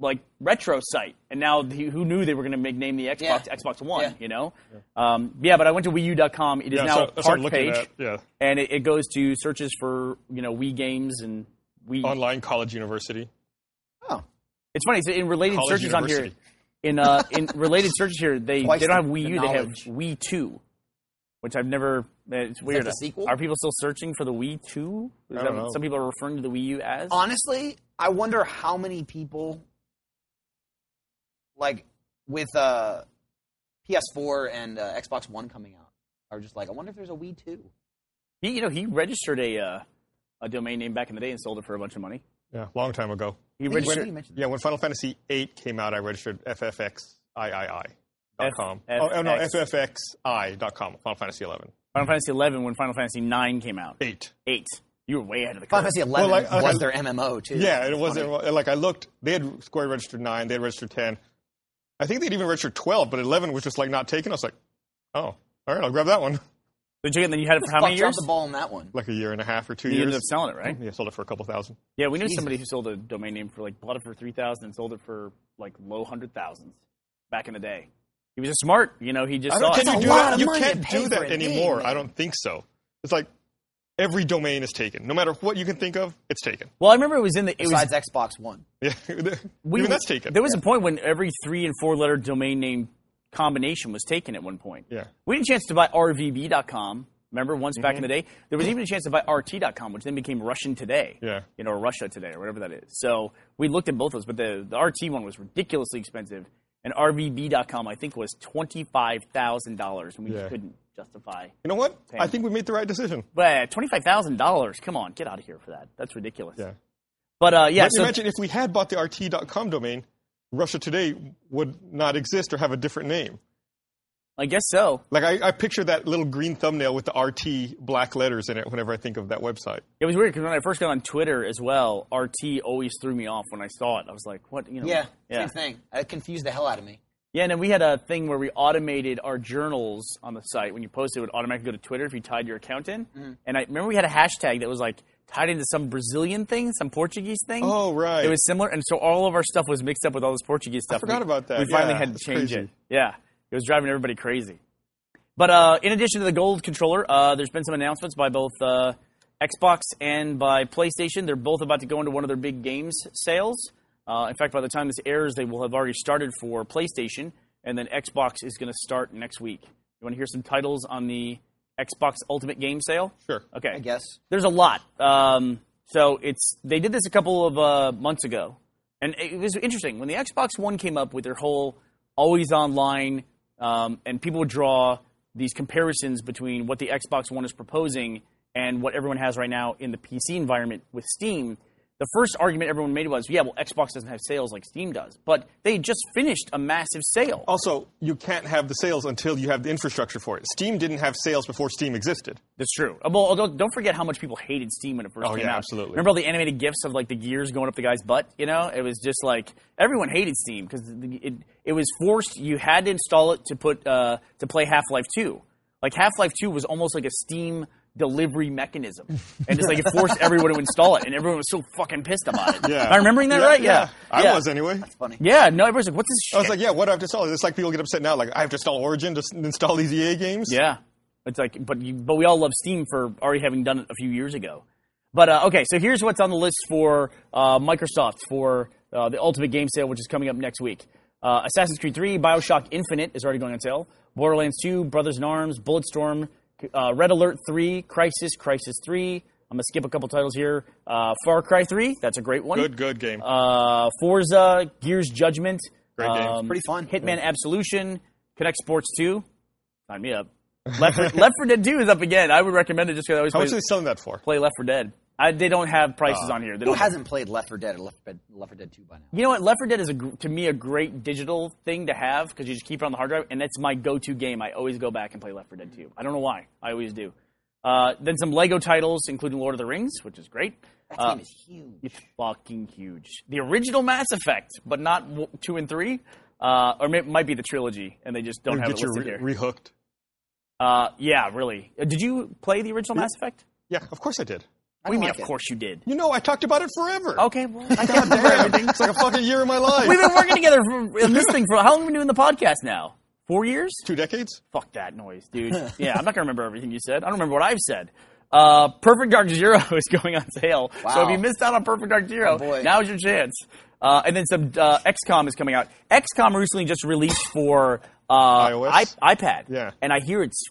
B: like retro site, and now the, who knew they were going to make name the Xbox
D: Yeah.
B: Xbox One?
D: Yeah.
B: You know, yeah. Um, yeah. But I went to WiiU.com. It is
A: Yeah,
B: now
A: so-
B: a
A: that's what
B: park
A: I'm looking
B: page,
A: at, yeah.
B: and it, it goes to searches for you know Wii games and Wii.
A: Online college university.
D: Oh.
B: It's funny. So in related
A: College
B: searches on here,
A: university.
B: in uh, in related searches here, they,
D: Twice
B: they don't have
D: the-
B: Wii
D: the
B: U. They have
D: knowledge.
B: Wii Two, which I've never. eh, It's weird.
D: the sequel?
B: Are people still searching for the Wii Two? Is that
A: don't
B: what
A: know.
B: some people are referring to the Wii U as?
D: honestly, I wonder how many people like with uh, PS4 and uh, Xbox One coming out are just like, I wonder if there's a Wii two.
B: He, you know, he registered a uh, a domain name back in the day and sold it for a bunch of money.
A: Yeah, long time ago.
B: He
D: Did you
B: registered
D: see- mentioned
A: Yeah, when Final Fantasy VIII came out, I registered FFXIII. Dot com. Oh, oh, no,
B: FFX.
A: FFXI dot com. Final Fantasy eleven.
B: Final Fantasy Eleven when Final Fantasy Nine came out.
A: Eight.
B: Eight. You were way ahead of the curve.
D: Final Fantasy Eleven
A: Well, like,
D: was
A: okay.
D: their MMO too.
A: Yeah, it was not like I looked. They had Square registered nine. They had registered ten. I think they'd even registered twelve, but eleven was just like not taken. I was like, oh, all right, I'll grab that one.
B: So Jacob, then you had it for how
D: Fuck,
B: many
D: dropped
B: years?
D: the ball on that one.
A: Like a year and a half or two
B: You ended
A: years.
B: up selling it, right?
A: Yeah, sold it for a couple thousand.
B: Yeah, we knew somebody who sold a domain name for like bought it for three thousand and sold it for like low hundred thousands back in the day. He was just smart, you know. He just
A: I
B: saw
A: don't,
B: it.
A: can you do
D: lot
A: that?
D: of
A: You
D: money to
A: can't
D: pay
A: do
D: for
A: that
D: a game,
A: anymore.
D: man.
A: I don't think so. It's like every domain is taken. No matter what you can think of, it's taken.
B: well, I remember it was in the. It was
D: Besides Xbox One,
A: Yeah,
B: we-
A: even that's taken.
B: There was a point when every three and four letter domain name combination was taken at one point.
A: Yeah. Mm-hmm.
B: We had a chance to buy RVB.com. Remember, once back in the day, there was even a chance to buy RT.com, which then became Russian Today.
A: Yeah.
B: You know, or Russia Today, or whatever that is. So we looked at both those, but the, the RT one was ridiculously expensive, and RVB.com I think was twenty five thousand dollars, and we
A: Yeah.
B: just couldn't justify.
A: you know what? I think we made the right decision.
B: But twenty five thousand dollars, come on, get out of here for that. That's ridiculous.
A: Yeah.
B: But uh, yeah,
A: But
B: so
A: imagine if we had bought the RT.com domain, Russia Today would not exist or have a different name.
B: I guess so.
A: Like I, I picture that little green thumbnail with the RT black letters in it whenever I think of that website.
B: It was weird because when I first got on Twitter as well, RT always threw me off when I saw it. I was like, "What?" You know?
D: yeah,
B: yeah,
D: same thing. It confused the hell out of me.
B: yeah. And then we had a thing where we automated our journals on the site. When you posted, it would automatically go to Twitter if you tied your account in.
D: Mm-hmm.
B: And I remember we had a hashtag that was like tied into some Brazilian thing, some Portuguese thing.
A: Oh, right.
B: It was similar, and so all of our stuff was mixed up with all this Portuguese stuff.
A: forgot
B: We-
A: about that.
B: We finally
A: Yeah,
B: had to
A: that's
B: change
A: crazy.
B: it. Yeah, it was driving everybody crazy. But uh, in addition to the gold controller, uh, there's been some announcements by both uh, Xbox and by PlayStation. They're both about to go into one of their big games sales. Uh, in fact, by the time this airs, they will have already started for PlayStation, and then Xbox is going to start next week. You want to hear some titles on the Xbox Ultimate Game Sale?
A: Sure.
B: Okay.
D: I guess
B: There's a lot. Um, so it's they did this a couple of uh, months ago, and it was interesting when the Xbox One came up with their whole always online, um, and people would draw these comparisons between what the Xbox One is proposing and what everyone has right now in the PC environment with Steam. The first argument everyone made was, yeah, well, Xbox doesn't have sales like Steam does, but they just finished a massive sale.
A: Also, you can't have the sales until you have the infrastructure for it. Steam didn't have sales before Steam existed.
B: That's true. Uh, Well, although, don't forget how much people hated Steam when it first
A: Oh,
B: came
A: yeah,
B: out.
A: absolutely.
B: Remember all the animated gifs of like the gears going up the guy's butt? You know, it was just like everyone hated Steam because it it was forced. You had to install it to put uh, to play Half Life Two. Like Half Life Two was almost like a Steam delivery mechanism, and it's like it forced everyone to install it, and everyone was so fucking pissed about it.
A: Yeah.
B: Am I remembering that right? Yeah.
A: I Oh,
B: Yeah.
A: was anyway.
D: funny.
B: Yeah, no, everyone's like, "What's this shit?"
A: I was like, yeah, what do I have to install? It's like people get upset now. Like, I have to install Origin to s- install these EA games?
B: Yeah, it's like, but you, but we all love Steam for already having done it a few years ago. But uh, okay, so here's what's on the list for uh, Microsoft for uh, the Ultimate Game Sale, which is coming up next week. Uh, Assassin's Creed 3, Bioshock Infinite is already going on sale. Borderlands 2, Brothers in Arms, Bulletstorm, uh, Red Alert 3, Crisis, Crisis 3. I'm gonna skip a couple titles here. Uh, Far Cry 3, that's a great one.
A: Good, good game.
B: Uh, Forza, Gears Judgment, Um,
A: Great game.
D: Pretty fun.
B: Hitman Absolution, Connect Sports 2. Sign me up. Left for, Left 4 Dead 2 is up again. I would recommend it just because I always
A: How much are
B: play,
A: they selling that for?
B: play Left 4 Dead. I, they don't have prices on here. They
D: Uh, Who
B: don't
D: hasn't played Left 4 Dead or Left 4 Dead, Left 4 Dead 2 by now?
B: you know what? Left 4 Dead is a, gr- to me a great digital thing to have because you just keep it on the hard drive, and that's my go-to game. I always go back and play Left 4 Dead 2. I don't know why. I always do. Uh, then some Lego titles, including Lord of the Rings, which is great.
D: That
B: Uh,
D: game is huge.
B: it's fucking huge. The original Mass Effect, but not w- two and three, uh, or may- it might be the trilogy, and they just don't have it
A: get you
B: listed
A: re-
B: here.
A: rehooked.
B: uh, yeah, really. Uh, Did you play the original Mass Effect?
A: Yeah, of course I did.
B: What do you mean? of course you did.
A: You know, I talked about it forever.
B: Okay, well, I
A: God
B: can't remember everything.
A: damn. it's like a fucking year in my life.
B: We've been working together for, in this thing for how long have we been doing the podcast now? Four years?
A: Two decades?
B: Fuck that noise, dude. Yeah, I'm not gonna remember everything you said. I don't remember what I've said. Uh, Perfect Dark Zero is going on sale. So if you missed out on Perfect Dark
A: Oh,
B: Zero,
D: boy.
B: now's your chance. Uh, and then some uh, XCOM is coming out. XCOM recently just released for uh,
A: iOS?
B: I- iPad.
A: Yeah.
B: and I hear it's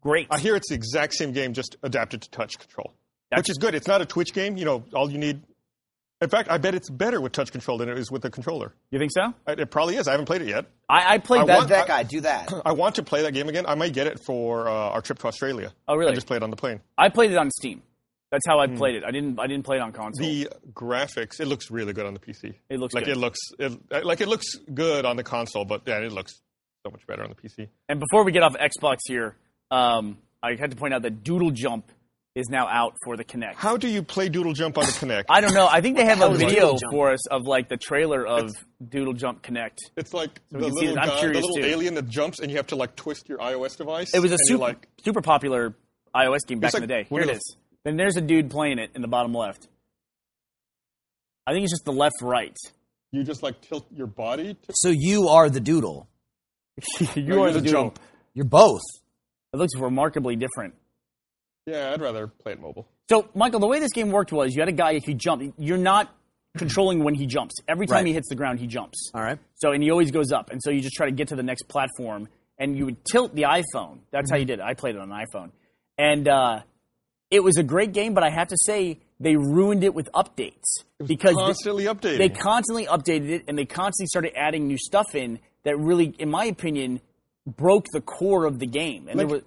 B: great.
A: I hear it's the exact same game, just adapted to touch control,
B: That's-
A: which is good. It's not a Twitch game. You know, all you need. In fact, I bet it's better with touch control than it is with a controller.
B: you think so?
A: I- It probably is. I haven't played it yet.
B: I, I played
A: I
B: that.
A: want-
D: that guy do that.
A: I want to play that game again. I might get it for uh, our trip to Australia.
B: Oh, really?
A: I just played on the plane.
B: I played it on Steam. That's how I played it. I didn't. I didn't play it on console.
A: Hmm. The graphics, it looks really good on the PC.
B: It looks
A: like
B: good.
A: it looks it, like it looks good on the console, but yeah, it looks so much better on the PC.
B: and before we get off Xbox here, um, I had to point out that Doodle Jump is now out for the Kinect.
A: How do you play Doodle Jump on the Kinect?
B: I don't know. I think they have
D: hell
B: a
D: is
B: video
D: Doodle Jump?
B: for us of like the trailer of Doodle Jump Connect.
A: It's like
B: we
A: the
B: can see
A: little,
B: that. I'm
A: guy, the
B: curious,
A: little
B: too.
A: alien that jumps, and you have to like twist your iOS device.
B: It was a
A: and you're
B: super,
A: like
B: super popular iOS game back
A: It's
B: in the
A: like
B: day. Here
A: one
B: it
A: of the-
B: is. Then there's a dude playing it in the bottom left. I think it's just the left right.
A: you just like tilt your body. To,
D: So you are the doodle.
B: you
A: No,
B: are
A: you're
B: the
A: the
B: doodle.
A: jump.
D: You're both.
B: It looks remarkably different.
A: yeah, I'd rather play it mobile.
B: So, Michael, the way this game worked was you had a guy, if he jumped, you're not controlling when he jumps. Every time
D: Right.
B: he hits the ground, he jumps.
D: All right.
B: So, and he always goes up. And so you just try to get to the next platform and you would tilt the iPhone. That's
A: Mm-hmm.
B: how you did it. I played it on an iPhone. And uh, it was a great game, but I have to say, they ruined it with updates. because they-
A: Constantly updating.
B: they constantly updated it and they constantly started adding new stuff in that really, in my opinion, broke the core of the game. And there was,
A: Like-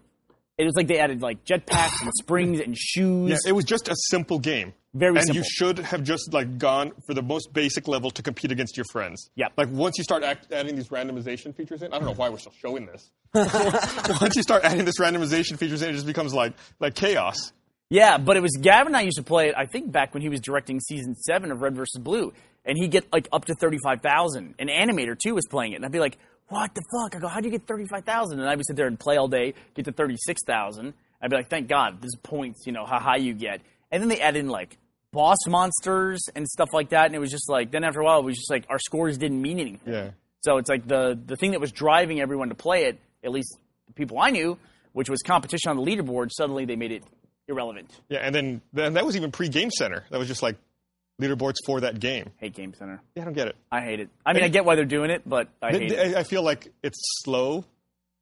B: it was like they added like jetpacks and springs and shoes.
A: Yeah, it was just a simple game.
B: Very
A: and
B: simple.
A: you should have just like gone for the most basic level to compete against your friends.
B: Yep.
A: Like once you start act- adding these randomization features in, I don't know why we're still showing this. once you start adding this randomization features in, it just becomes like like chaos.
B: Yeah, but it was Gavin and I used to play it. I think back when he was directing season seven of Red versus Blue, and he get like up to thirty five thousand. An animator too was playing it, and I'd be like, "What the fuck?" I go, "How do you get thirty five thousand? And I would sit there and play all day, get to thirty six thousand. I'd be like, "Thank God, this is points, you know, how high you get." And then they added in like boss monsters and stuff like that, and it was just like then after a while it was just like our scores didn't mean anything.
A: Yeah.
B: So it's like the the thing that was driving everyone to play it, at least the people I knew, which was competition on the leaderboard. Suddenly they made it irrelevant.
A: Yeah, and then then that was even pre Game Center. That was just like leaderboards for that game.
B: Hate Game Center.
A: Yeah, I don't get it.
B: I hate it. I mean, I get why they're doing it, but I hate it.
A: I, I feel like it's slow.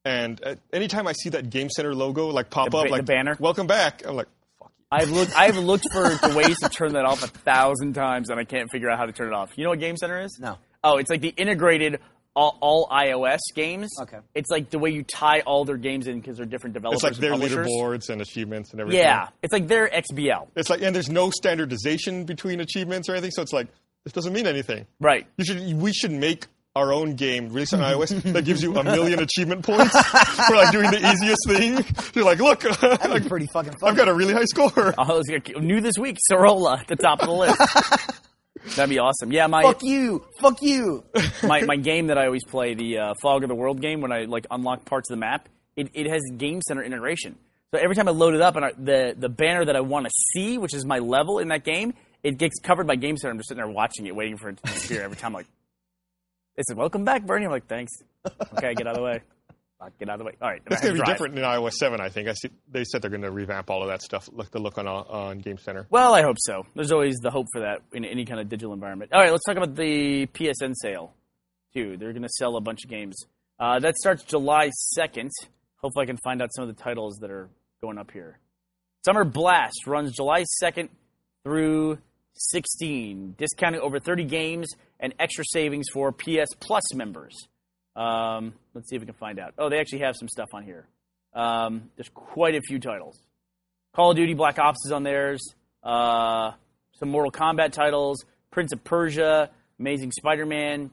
A: And uh, anytime I see that Game Center logo like pop
B: The ba-
A: up, like
B: the banner?
A: welcome back, I'm like, fuck you.
B: I've looked. I've looked for the ways to turn that off a thousand times, and I can't figure out how to turn it off. You know what Game Center is?
D: No.
B: Oh, it's like the integrated all, all iOS games.
D: Okay.
B: It's like the way you tie all their games in because they're different developers.
A: It's like
B: and
A: their
B: publishers.
A: leaderboards and achievements and everything.
B: Yeah, it's like their XBL.
A: It's like, and there's no standardization between achievements or anything. So it's like, this doesn't mean anything.
B: Right.
A: You should, we should make our own game, release on iOS, that gives you a million achievement points for like doing the easiest thing. You're like, look,
D: That'd be pretty fucking
A: I've
D: fun.
A: got a really high score.
B: Oh, it's like- new this week, Sorolla at the top of the list. That'd be awesome. Yeah, my
D: Fuck you. Fuck you.
B: my, my game that I always play, the uh, Fog of the World game, when I like unlock parts of the map, it, it has Game Center integration. So every time I load it up, and I, the the banner that I want to see, which is my level in that game, it gets covered by Game Center. I'm just sitting there watching it, waiting for it to disappear. Every time, like it says "Welcome back, Bernie." I'm like, "Thanks." Okay, get out of the way. Fuck, Get out of the way. All right.
A: That's
B: I have
A: going to be
B: drive.
A: different in iOS 7, I think. I see, they said they're going to revamp all of that stuff, look the look on, uh, on Game Center.
B: Well, I hope so. There's always the hope for that in any kind of digital environment. All right, let's talk about the PSN sale, too. They're going to sell a bunch of games. Uh, that starts July 2nd. Hopefully, I can find out some of the titles that are going up here. Summer Blast runs July 2nd through 16, discounting over 30 games and extra savings for PS Plus members. Um, let's see if we can find out. Oh, they actually have some stuff on here. Um, there's quite a few titles. Call of Duty Black Ops is on theirs. Uh, some Mortal Kombat titles, Prince of Persia, Amazing Spider-Man,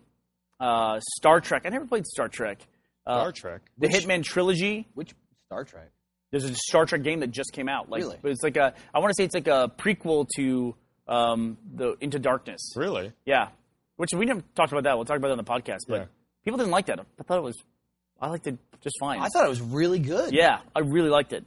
B: uh, Star Trek. I never played Star Trek. Uh,
A: Star Trek.
B: the Hitman trilogy.
D: Which Star Trek?
B: There's a Star Trek game that just came out. Like,
D: Really?
B: but it's like a. I want to say it's like a prequel to um, the Into Darkness.
A: Really?
B: Yeah, which we never talked about that. We'll talk about that on the podcast. But
A: Yeah.
B: people didn't like that. I thought it was. I liked it just fine.
D: I thought it was really good.
B: Yeah, I really liked it.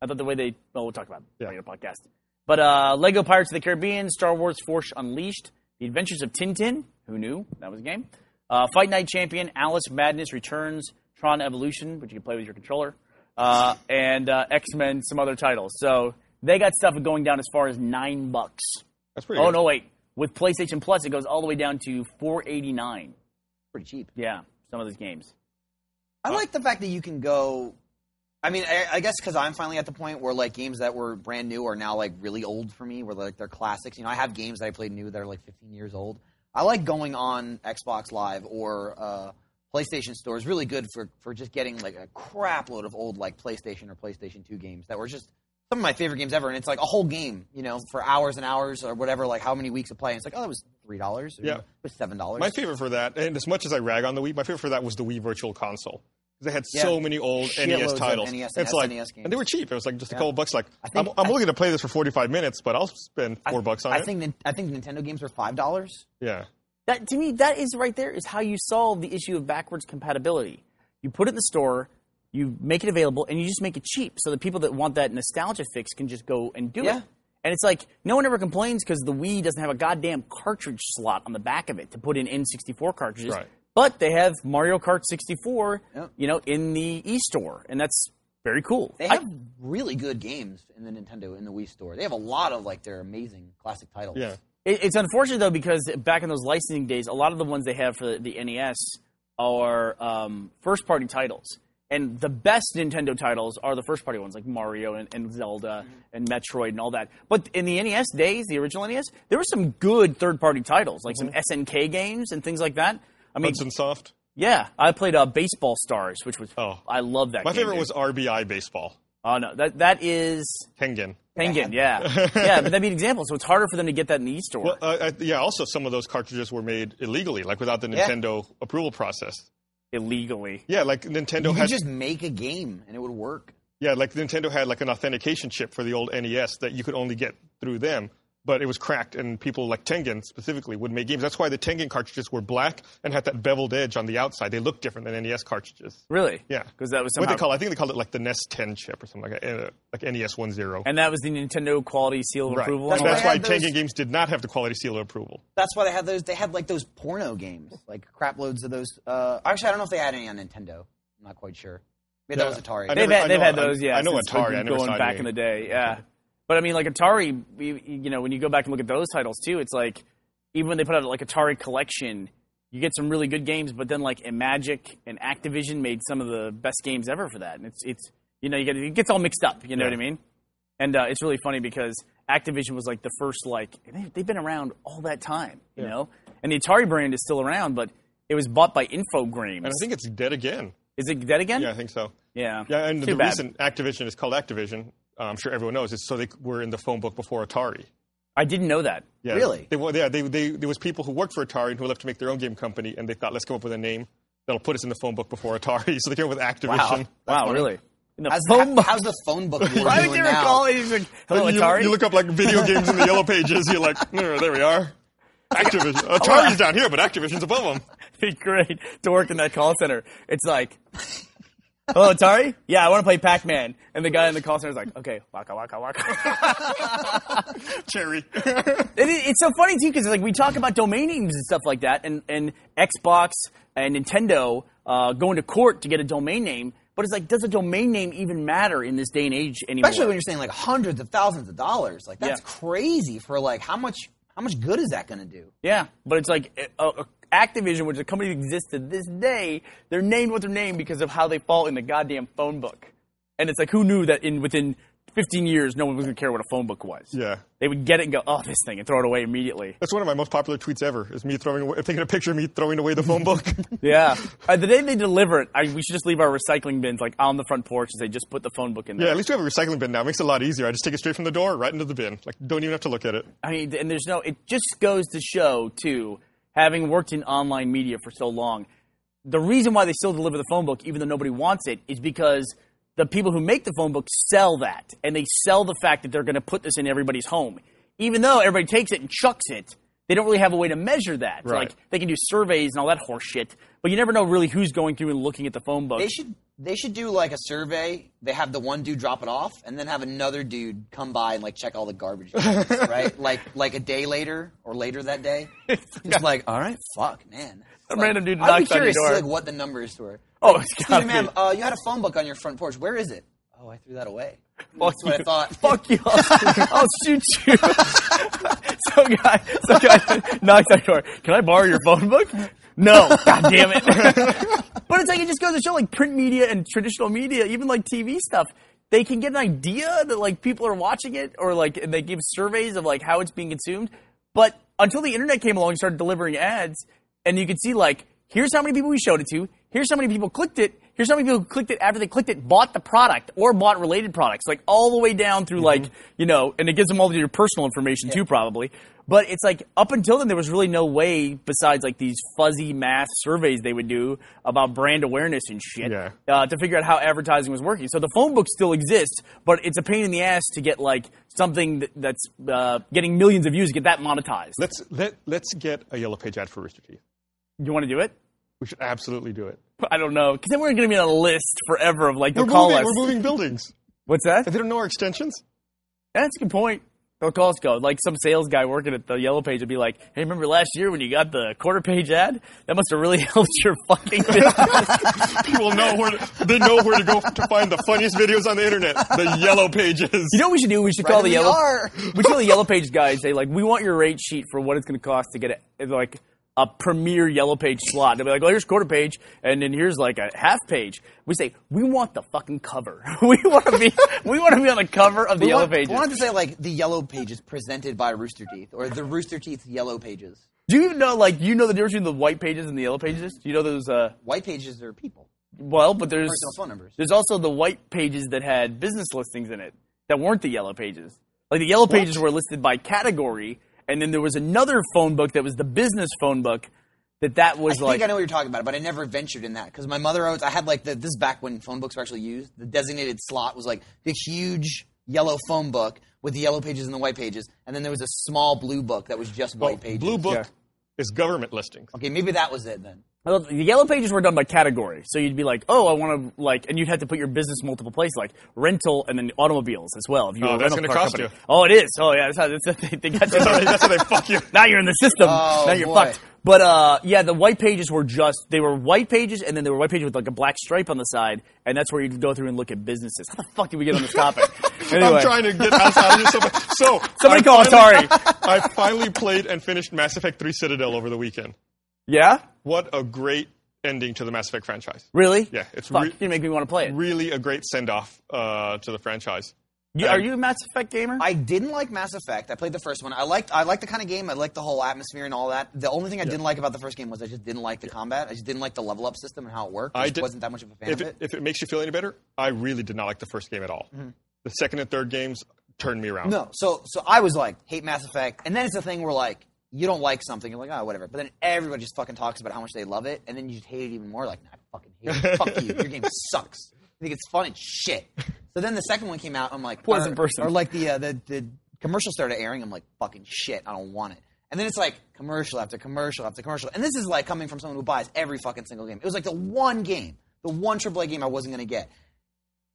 B: I thought the way they. Well, we'll talk about it
A: Yeah.
B: on your podcast. But uh, Lego Pirates of the Caribbean, Star Wars Force Unleashed, The Adventures of Tintin. Who knew that was a game? Uh, Fight Night Champion, Alice Madness Returns, Tron Evolution, which you can play with your controller, uh, and uh, X Men, some other titles. So they got stuff going down as far as nine bucks.
A: That's pretty
B: Oh
A: good.
B: no, wait! With PlayStation Plus, it goes all the way down to four eighty nine.
D: pretty cheap.
B: Yeah, some of these games.
D: I
A: Oh.
D: like the fact that you can go. I mean, I, I guess because I'm finally at the point where like games that were brand new are now like really old for me, where like they're classics. You know, I have games that I played new that are like 15 years old. I like going on Xbox Live or uh, PlayStation Store is really good for for just getting like a crap load of old like PlayStation or PlayStation 2 games that were just some of my favorite games ever, and it's like a whole game, you know, for hours and hours or whatever, like how many weeks of play. And it's like, oh, that was three dollars.
A: Yeah.
D: it was seven dollars.
A: My favorite for that, and as much as I rag on the Wii, my favorite for that was the Wii Virtual Console. They had so
D: Yeah.
A: many old
D: Shitloads
A: NES
D: of E
A: titles.
D: NES
A: it's like,
D: SNES games.
A: and they were cheap. It was like just a
D: Yeah.
A: couple bucks. Like,
D: I think-
A: I'm, I'm
D: I-
A: willing to play this for 45 minutes, but I'll spend four bucks on
D: I
A: it.
D: think Nin- I think Nintendo games are five dollars.
A: yeah,
B: That to me, that is right there is how you solve the issue of backwards compatibility. You put it in the store, you make it available, and you just make it cheap so the people that want that nostalgia fix can just go and do
D: Yeah.
B: it. And it's like no one ever complains because the Wii doesn't have a goddamn cartridge slot on the back of it to put in N64 cartridridges.
A: Right.
B: But they have Mario Kart 64,
D: Yep.
B: you know, in the e-store, and that's very cool.
D: They
B: I-
D: have really good games in the Nintendo in the Wii store. They have a lot of like their amazing classic titles.
A: yeah.
B: It, it's unfortunate though because back in those licensing days, a lot of the ones they have for the NES are um, first party titles, and the best Nintendo titles are the first party ones like Mario and, and Zelda
A: Mm-hmm.
B: and Metroid and all that. But in the NES days, the original NES, there were some good third party titles like
A: Mm-hmm.
B: some SNK games and things like that. I mean,
A: Hudson Soft.
B: yeah, I played uh, Baseball Stars, which was
A: Oh.
B: I love that.
A: My
B: game,
A: favorite
B: dude.
A: was RBI Baseball.
B: oh no that that is
A: Tengen.
B: Penguin, yeah, yeah, but that'd be an example. So it's harder for them to get that in the e-store.
A: Well, uh, I, yeah. Also, some of those cartridges were made illegally, like without the Nintendo approval process.
B: illegally.
A: Yeah, like Nintendo
D: You
A: had.
D: could just make a game and it would work.
A: yeah, like Nintendo had like an authentication chip for the old NES that you could only get through them, but it was cracked, and people like Tengen specifically would make games. That's why the Tengen cartridges were black and had that beveled edge on the outside. They looked different than NES cartridges.
B: Really?
A: Yeah,
B: Because that was
A: what
B: somehow,
A: they call. I think they called it like the NES 10 chip or something like that, uh, like NES 10.
B: and that was the Nintendo quality seal of
A: right.
B: approval.
A: That's,
B: and all
D: They
A: why
D: had those-
A: Tengen games did not have the quality seal of approval.
D: That's why they had those. They had like those porno games, like crap loads of those. Uh, actually, I don't know if they had any on Nintendo. I'm not quite sure. Maybe that
A: Yeah,
D: was Atari.
A: I
B: that. They've,
A: never-
B: had, they've
A: know-
B: had those, yeah.
A: I know
B: since
A: Atari. I never
B: going
A: saw
B: back
A: any.
B: in the day, yeah. But I mean, like Atari, you, you know, when you go back and look at those titles too, it's like even when they put out like Atari Collection, you get some really good games. But then like Magic and Activision made some of the best games ever for that, and it's it's you know you get it gets all mixed up. You know
A: Yeah.
B: what I mean? And uh, it's really funny because Activision was like the first like they, they've been around all that time, you know. And the Atari brand is still around, but it was bought by Infogrames.
A: And I think it's dead again.
B: Is it dead again?
A: Yeah, I think so.
B: Yeah.
A: Yeah, and
B: Too
A: the
B: bad.
A: reason Activision is called Activision, uh, I'm sure everyone knows, is so they were in the phone book before Atari.
B: I didn't know that.
A: Yeah,
D: Really?
A: They, were- yeah, they, they, there was people who worked for Atari and who left to make their own game company, and they thought, let's come up with a name that'll put us in the phone book before Atari. So they came up with Activision.
B: wow, really? In the
D: How's,
B: phone
D: how-
B: box.
D: how's the phone book war
B: Why would
D: doing
B: you
D: now?
B: recall it? He's like, hello,
A: you,
B: Atari?
A: you look up like video games in the yellow pages. You're like, "Mm, there we are. Activision. Atari's down here, but Activision's above them.
B: It'd be great to work in that call center. It's like, hello, Atari? Yeah, I want to play Pac-Man. And the guy in the call center is like, okay, waka, waka, waka.
A: Cherry.
B: It, it- it's so funny too because like we talk about domain names and stuff like that, and and Xbox and Nintendo uh, going to court to get a domain name. But it's like, does a domain name even matter in this day and age anymore?
D: Especially when you're saying like hundreds of thousands of dollars. Like that's
B: Yeah.
D: crazy for like how much how much good is that going to do?
B: yeah, but it's like uh, uh, Activision, which is a company that exists to this day, they're named what they're named because of how they fall in the goddamn phone book. And it's like, who knew that in within 15 years, no one was going to care what a phone book was?
A: Yeah.
B: they would get it and go, oh, this thing, and throw it away immediately.
A: That's one of my most popular tweets ever, is me throwing away, taking a picture of me throwing away the phone book.
B: Yeah. Uh, the day they deliver it, I, we should just leave our recycling bins like on the front porch and say, just put the phone book in there.
A: yeah, at least we have a recycling bin now. It makes it a lot easier. I just take it straight from the door, right into the bin. Like, don't even have to look at it.
B: I mean, and there's no, it just goes to show, too, having worked in online media for so long, the reason why they still deliver the phone book, even though nobody wants it, is because the people who make the phone book sell that. And they sell the fact that they're going to put this in everybody's home. Even though everybody takes it and chucks it, they don't really have a way to measure that.
A: Right.
B: Like, they can do surveys and all that horse shit, but you never know really who's going through and looking at the phone book.
D: They should They should do like a survey. They have the one dude drop it off, and then have another dude come by and like check all the garbage, cans, right? Like like a day later or later that day. Just like, all right, fuck, man.
B: Some
D: Like,
B: random dude
D: I'd be
B: knocks on your
D: curious to see,
B: door.
D: like what the numbers were.
B: Oh,
D: Like,
B: it's
D: excuse
B: gotta
D: me, ma'am.
B: be.
D: Uh, you had a phone book on your front porch. Where is it? Oh, I threw that away.
B: Fuck
D: That's what I thought.
B: Fuck you! I'll, I'll shoot you. so guy, so guy knocks on the door. Can I borrow your phone book? No, god damn it. but it's like it just goes to show, like print media and traditional media, even like TV stuff, they can get an idea that like people are watching it, or like and they give surveys of like how it's being consumed. But until the internet came along and started delivering ads, and you could see like here's how many people we showed it to, here's how many people clicked it, here's how many people clicked it after they clicked it, bought the product or bought related products, like all the way down through like you know, and it gives them all of your personal information too, probably. But it's like up until then, there was really no way besides like these fuzzy math surveys they would do about brand awareness and shit
A: Yeah.
B: uh, to figure out how advertising was working. So the phone book still exists, but it's a pain in the ass to get like something that, that's uh, getting millions of views get that monetized.
A: Let's let let's get a yellow page ad for Rooster Teeth.
B: you want to do it?
A: We should absolutely do it.
B: I don't know, because then we're going to be on a list forever of like they'll
A: We're
B: call
A: moving,
B: us.
A: we're moving buildings.
B: What's that?
A: They don't know our extensions.
B: That's a good point. They'll call us go. Like some sales guy working at the yellow page would be like, "Hey, remember last year when you got the quarter page ad? That must have really helped your fucking business."
A: People know where to, they know where to go to find the funniest videos on the internet. The yellow pages.
B: you know what we should do? We should call the
D: in the
B: yellow.
D: R.
B: we should call the yellow page guy and say like, "We want your rate sheet for what it's going to cost to get a, like a premier yellow page slot." They'll be like, "Well, here's quarter page, and then here's like a half page." We say, "We want the fucking cover. we want to be. We want to be on the cover of the
D: We
B: yellow
D: want-
B: pages."
D: I wanted to say like the yellow pages presented by Rooster Teeth or the Rooster Teeth yellow pages.
B: Do you even know like you know the difference between the white pages and the yellow pages? Do you know those? Uh,
D: White pages are people.
B: Well, but there's
D: Personal phone numbers.
B: There's also the white pages that had business listings in it that weren't the yellow pages. Like the yellow pages were listed by category, and then there was another phone book that was the business phone book. That that was
D: I
B: like
D: think I know what you're talking about, but I never ventured in that because my mother always. I had like the, this is back when phone books were actually used. The designated slot was like the huge yellow phone book with the yellow pages and the white pages, and then there was a small blue book that was just white pages.
A: Blue Book
B: Yeah.
A: is government listings.
D: Okay, maybe that was it then.
B: Well, the yellow pages were done by category, so you'd be like, "Oh, I want to like," and you'd have to put your business multiple places, like rental and then automobiles as well. If you
A: Oh,
B: were a
A: that's gonna
B: rental car
A: cost
B: company.
A: you.
B: Oh, it is. Oh, yeah, that's how, that's how they, they got you.
A: That's how they- that's how they fuck you.
B: now you're in the system.
D: Oh,
B: now you're
D: boy.
B: fucked. But uh, yeah, the white pages were just they were white pages, and then they were white pages with like a black stripe on the side, and that's where you'd go through and look at businesses. How the fuck did we get on this topic? anyway,
A: I'm trying to get outside of this. So, so I
B: somebody call
A: finally-
B: Atari.
A: I finally played and finished Mass Effect 3 Citadel over the weekend.
B: yeah,
A: What a great ending to the Mass Effect franchise.
B: really?
A: Yeah, it's
B: fuck.
A: re-
B: you make me want to play it.
A: Really a great send off uh, to the franchise.
B: You- are you a Mass Effect gamer?
D: I didn't like Mass Effect. I played the first one. I liked I liked the kind of game. I liked the whole atmosphere and all that. The only thing I didn't like about the first game was I just didn't like the combat. I just didn't like the level up system and how it worked. I,
A: I
D: just
A: did-
D: wasn't that much of a fan
A: If
D: of
A: it,
D: it. Mm-hmm.
A: if it makes you feel any better, I really did not like the first game at all. The second and third games turned me around.
D: No, so so I was like, hate Mass Effect, and then it's the thing where like you don't like something, you're like, oh, whatever. But then everybody just fucking talks about how much they love it, and then you just hate it even more. Like, nah, I fucking hate it. Fuck you. Your game sucks. You think it's fun? It's shit. So then the second one came out. I'm like,
B: Pleasant
D: or,
B: person.
D: Or like the uh, the the commercial started airing. I'm like, fucking shit. I don't want it. And then it's like commercial after commercial after commercial. And this is like coming from someone who buys every fucking single game. It was like the one game, the one AAA game I wasn't gonna get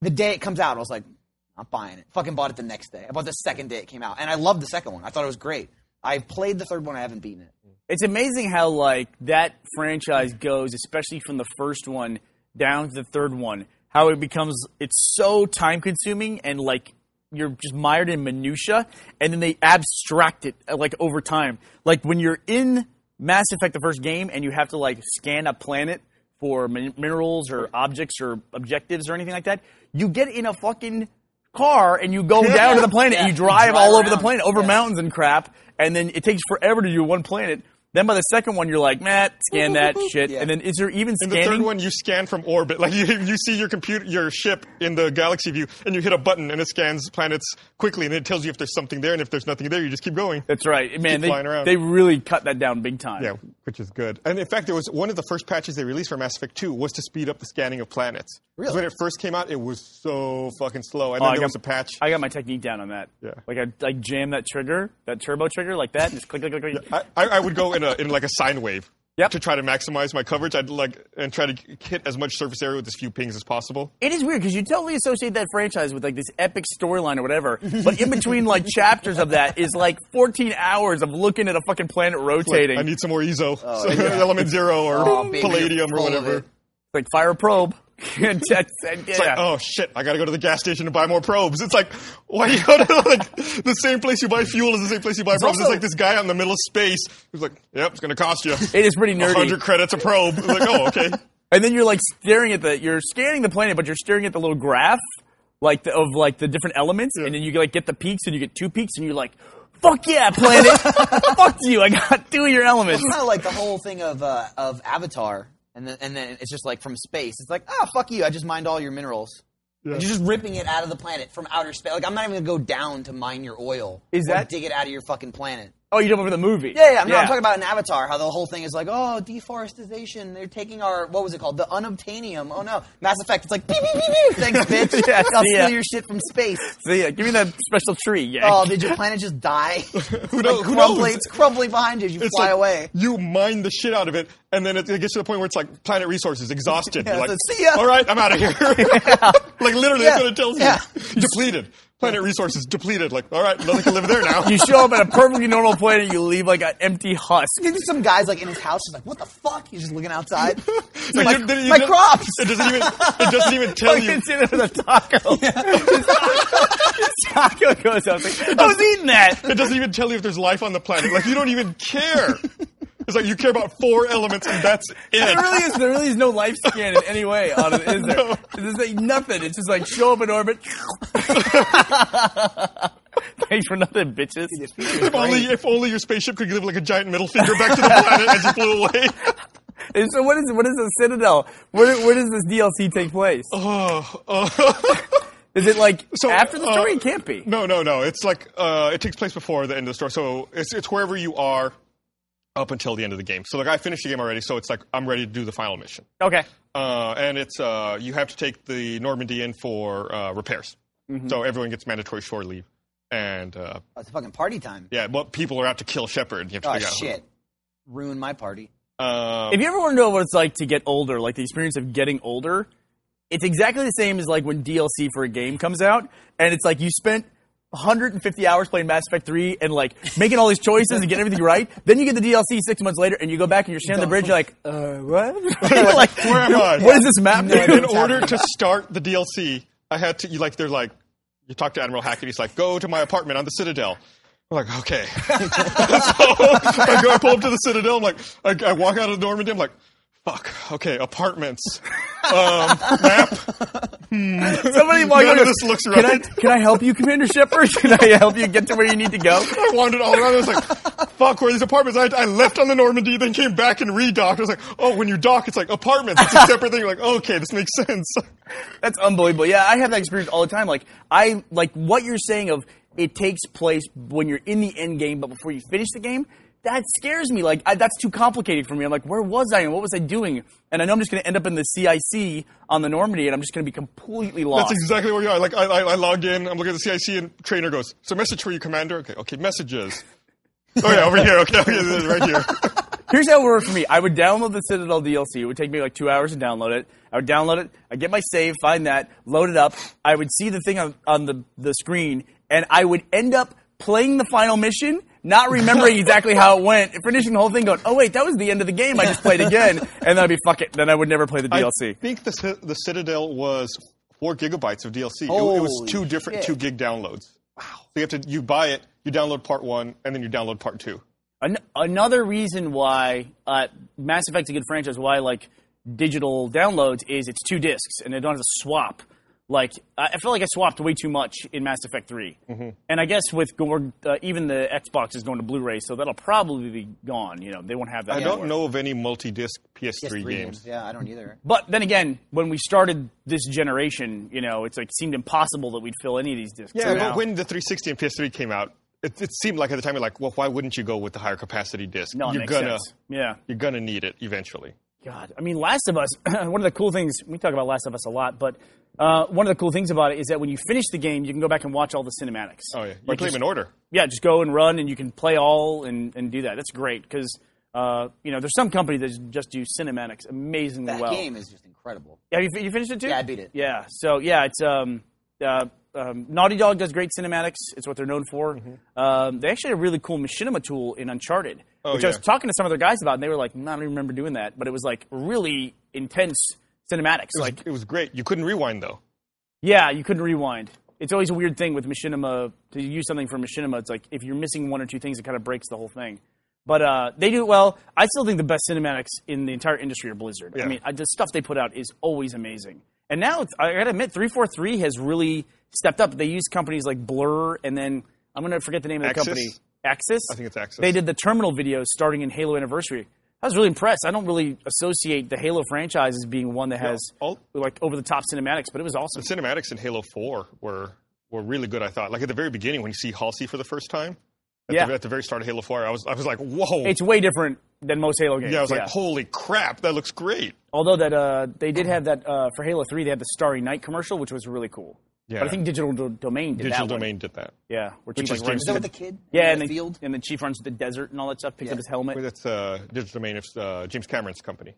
D: the day it comes out, I was like, I'm buying it. Fucking bought it the next day. I bought the second day it came out, and I loved the second one. I thought it was great. I played the third one. I haven't beaten it.
B: it's amazing how like that franchise goes, especially from the first one down to the third one. How it becomes it's so time consuming and like you're just mired in minutia, and then they abstract it uh, like over time. Like when you're in Mass Effect, the first game, and you have to like scan a planet for min- minerals or objects or objectives or anything like that. You get in a fucking car and you go down to the planet and you
D: Yeah, you
B: drive,
D: drive
B: all over the
D: around.
B: planet, over
D: Yeah.
B: mountains and crap, and then it takes forever to do one planet. Then by the second one, you're like, man, scan that shit.
D: Yeah.
B: And then is there even
A: In
B: scanning?
A: the third one, you scan from orbit. Like you, you see your computer, your ship in the galaxy view, and you hit a button, and it scans planets quickly, and it tells you if there's something there, and if there's nothing there, you just keep going.
B: That's right, man.
A: Keep
B: They,
A: flying around.
B: they really cut that down big time. Oh,
A: Yeah, which is good. And in fact, there was one of the first patches they released for Mass Effect 2 was to speed up the scanning of planets. 'Cause
D: Really?
A: When it first came out, it was so fucking slow. And
B: Oh,
A: then
B: I
A: there
B: got-
A: was a patch.
B: I got my technique down on that.
A: Yeah.
B: Like I like jam that trigger, that turbo trigger, like that, and just click, click, click, click.
A: I, I, I would go in a in like a sine wave.
B: Yep.
A: to try to maximize my coverage. I'd like and try to hit as much surface area with as few pings as possible.
B: It is weird because you totally associate that franchise with like this epic storyline or whatever, but in between like chapters of that is like 14 hours of looking at a fucking planet
A: Like,
B: rotating.
A: I need some more Ezo, so, Element Zero or
D: Oh, baby,
A: Palladium or
D: full of
A: whatever.
D: it.
B: like fire a probe. and that's, and, yeah.
A: It's like, oh shit, I gotta go to the gas station to buy more probes. It's like, why you go to like the same place you buy fuel is the same place you buy probes. it's
B: also-
A: like this guy out in the middle of space who's like, yep, it's gonna cost you
B: It is pretty nerdy.
A: hundred credits a probe. It's like, oh okay.
B: And then you're like staring at the you're scanning the planet, but you're staring at the little graph like the, of like the different elements, and then you like get the peaks and you get two peaks, and you're like, "Fuck yeah, planet! Fuck you! I got two of your elements."
D: It's kind of like the whole thing of uh, of Avatar, and then and then it's just like from space. It's like, oh fuck you, I just mined all your minerals. You're just ripping it out of the planet from outer space. Like I'm not even gonna go down to mine your oil.
B: Is
D: or
B: that-
D: dig it out of your fucking planet?
B: Oh, you jump over the movie?
D: Yeah, yeah. I'm, No, I'm talking about an Avatar. How the whole thing is like, oh, deforestation. They're taking our what was it called? The unobtainium. Oh no, Mass Effect. It's like, beep, beep, beep, beep. thanks, bitch.
B: Yeah,
D: I'll
B: see
D: steal
B: ya.
D: your shit from space.
B: So yeah, give me that special tree. Yeah.
D: Oh, did your planet just die? Who
A: knows- who
D: crumbly,
A: knows?
D: It's crumbly behind you. as You
A: It's
D: fly
A: like,
D: away.
A: You mine the shit out of it, and then it, it gets to the point where it's like planet resources exhausted.
D: Yeah,
A: You're
D: so
A: like,
D: see ya.
A: All right, I'm out of here. like literally,
D: Yeah,
A: that's what it tells
D: yeah.
A: you. depleted. Planet resources depleted. Like, all right, nothing can live there now.
B: you show up at a perfectly normal planet, you leave like an empty husk.
D: Maybe some guy's like in his house, he's like, "What the fuck?" He's just looking outside. It's
A: Like,
D: like,
A: you- you-
D: my
A: you-
D: crops. Oh,
A: It doesn't even. It doesn't even tell you.
B: Fucking sitting there with a taco. taco goes up. Like, I was eating that.
A: It doesn't even tell you if there's life on the planet. Like you don't even care. It's like you care about four elements and that's
B: There
A: it.
B: really is. There really is no life scan in any way on it, is there?
A: No.
B: There's like nothing. It's just like show up in orbit. Thanks for nothing, bitches.
A: If only, if only your spaceship could give like a giant middle finger back to the planet as you flew away.
B: And so what is what is the Citadel? Where where does this DLC take place?
A: Oh, oh.
B: Is it like after the
A: uh,
B: story? it can't be.
A: No, no, no. It's like uh, it takes place before the end of the story. So it's it's wherever you are up until the end of the game. So like I finished the game already. So it's like I'm ready to do the final mission.
B: Okay.
A: Uh, and it's uh, you have to take the Normandy in for uh, repairs. So everyone gets mandatory shore leave. And uh,
D: it's fucking party time.
A: yeah, but people are out to kill Shepard. You have to
D: Oh
A: figure out who-
D: shit, ruined my party.
A: Um,
B: If you ever want to know what it's like to get older, like the experience of getting older, it's exactly the same as like when DLC for a game comes out, and it's like you spent 150 hours playing Mass Effect 3 and like making all these choices and getting everything right. Then you get the DLC six months later, and you go back and you're standing on the bridge, you're like, uh, what? You're like,
A: Where am I?
B: What is this map?
D: No idea
A: in
D: what's
B: do?
A: order to start the DLC, I had to you like they're like you talk to Admiral Hackett. He's like, go to my apartment on the Citadel. I'm like, okay. so I go I pull up to the Citadel. I'm like, I, I walk out of Normandy. I'm like, fuck. Okay, apartments. Um, map.
B: Somebody walk
A: None
B: up
A: of
B: and
A: this looks
B: goes, can I,
A: right."
B: can I help you, Commander Shepard? Can I help you get to where you need to go?
A: I wandered all around. I was like, fuck, where are these apartments? I, I left on the Normandy, then came back and redocked. I was like, oh, when you dock, it's like apartments. It's a separate thing. You're like, okay, this makes sense.
B: That's unbelievable. Yeah, I have that experience all the time. Like I like what you're saying of it takes place when you're in the end game, but before you finish the game. That scares me. Like I, that's too complicated for me. I'm like, where was I and what was I doing? And I know I'm just going to end up in the CIC on the Normandy, and I'm just going to be completely lost.
A: That's exactly where you are. Like I, I, I log in, I'm looking at the CIC, and trainer goes, "So message for you, commander." Okay, okay, messages. Oh yeah, over here. Okay, okay right here.
B: Here's how it worked for me. I would download the Citadel DLC. It would take me like two hours to download it. I would download it. I'd get my save, find that, load it up. I would see the thing on, on the, the screen, and I would end up playing the final mission, not remembering exactly how it went, and finishing the whole thing going, oh, wait, that was the end of the game. I just played again. And then I'd be, fuck it. Then I would never play the
A: I
B: DLC.
A: think the Ci- the Citadel was four gigabytes of DLC. It- it, was
D: Holy
A: two different
D: shit.
A: two gig downloads. Wow. So you have to you buy it, you download part one, and then you download part two.
B: An- another reason why uh, Mass Effect's a good franchise, why like digital downloads is it's two discs and they don't have to swap. Like I I feel like I swapped way too much in Mass Effect 3
A: Mm-hmm.
B: and I guess with Gorg, uh, even the Xbox is going to Blu-ray, so that'll probably be gone. You know, they won't have that.
A: I don't
B: anymore.
A: know of any multi-disc PS3,
D: Three
A: games.
D: Yeah, I don't either.
B: But then again, when we started this generation, you know, it's like seemed impossible that we'd fill any of these discs.
A: Yeah,
B: So now-
A: but when the 360 and PS3 came out, it, it seemed like at the time you're like, well, why wouldn't you go with the higher capacity disc?
B: no, it
A: you're
B: makes
A: gonna
B: sense. Yeah.
A: you're gonna need it eventually.
B: God, I mean, Last of Us. one of the cool things we talk about Last of Us a lot, but uh, one of the cool things about it is that when you finish the game, you can go back and watch all the cinematics.
A: Oh yeah, you
B: Like,
A: play
B: just-
A: them in order.
B: yeah, just go and run, and you can play all and, and do that. That's great because Uh, you know, there's some companies that just do cinematics amazingly
D: That
B: well.
D: game is just incredible.
B: Yeah, you, fi- you finished it too?
D: Yeah, I beat it.
B: Yeah. So yeah, it's um, uh, um, Naughty Dog does great cinematics. It's what they're known for.
D: Mm-hmm.
B: Um, they actually had a really cool machinima tool in Uncharted,
D: Oh,
B: which I was
A: yeah.
B: talking to some of their guys about, and they were like, "Mm, "I don't even remember doing that," but it was like really intense cinematics.
A: was-
B: like,
A: it was great. You couldn't rewind though.
B: yeah, you couldn't rewind. It's always a weird thing with machinima to use something for machinima. It's like if you're missing one or two things, it kind of breaks the whole thing. But uh, they do it well. I still think the best cinematics in the entire industry are Blizzard. I
A: Yeah.
B: mean, I, the stuff they put out is always amazing. And now it's, I gotta admit, three four three has really stepped up. They use companies like Blur, and then I'm gonna forget the name of the
A: Axis?
B: company. Axis. I
A: think it's Axis.
B: They did the Terminal videos starting in Halo Anniversary. I was really impressed. I don't really associate the Halo franchise as being one that has
A: all-
B: like over the top cinematics, but it was awesome.
A: The cinematics in Halo Four were were really good. I thought, like at the very beginning when you see Halsey for the first time, at,
B: Yeah.
A: the, at the very start of Halo Four, I was I was like, whoa,
B: It's way different than most Halo games.
A: yeah, I was like, holy crap, that looks great.
B: Although that uh, they did have that uh, for Halo Three, they had the Starry Night commercial, which was really cool.
A: Yeah.
B: But I think Digital Do- Domain did
A: Digital
B: that one.
A: Domain did that.
B: Yeah, where
A: Which
B: Chief
A: is
B: like
A: James
B: runs
D: Is that
B: through
D: with
B: the,
D: the kid?
B: yeah, and
D: the
B: then,
D: field.
B: and then Chief runs to the desert and all that stuff, picks up his helmet.
A: Well, That's uh, Digital Domain. It's uh, James Cameron's company.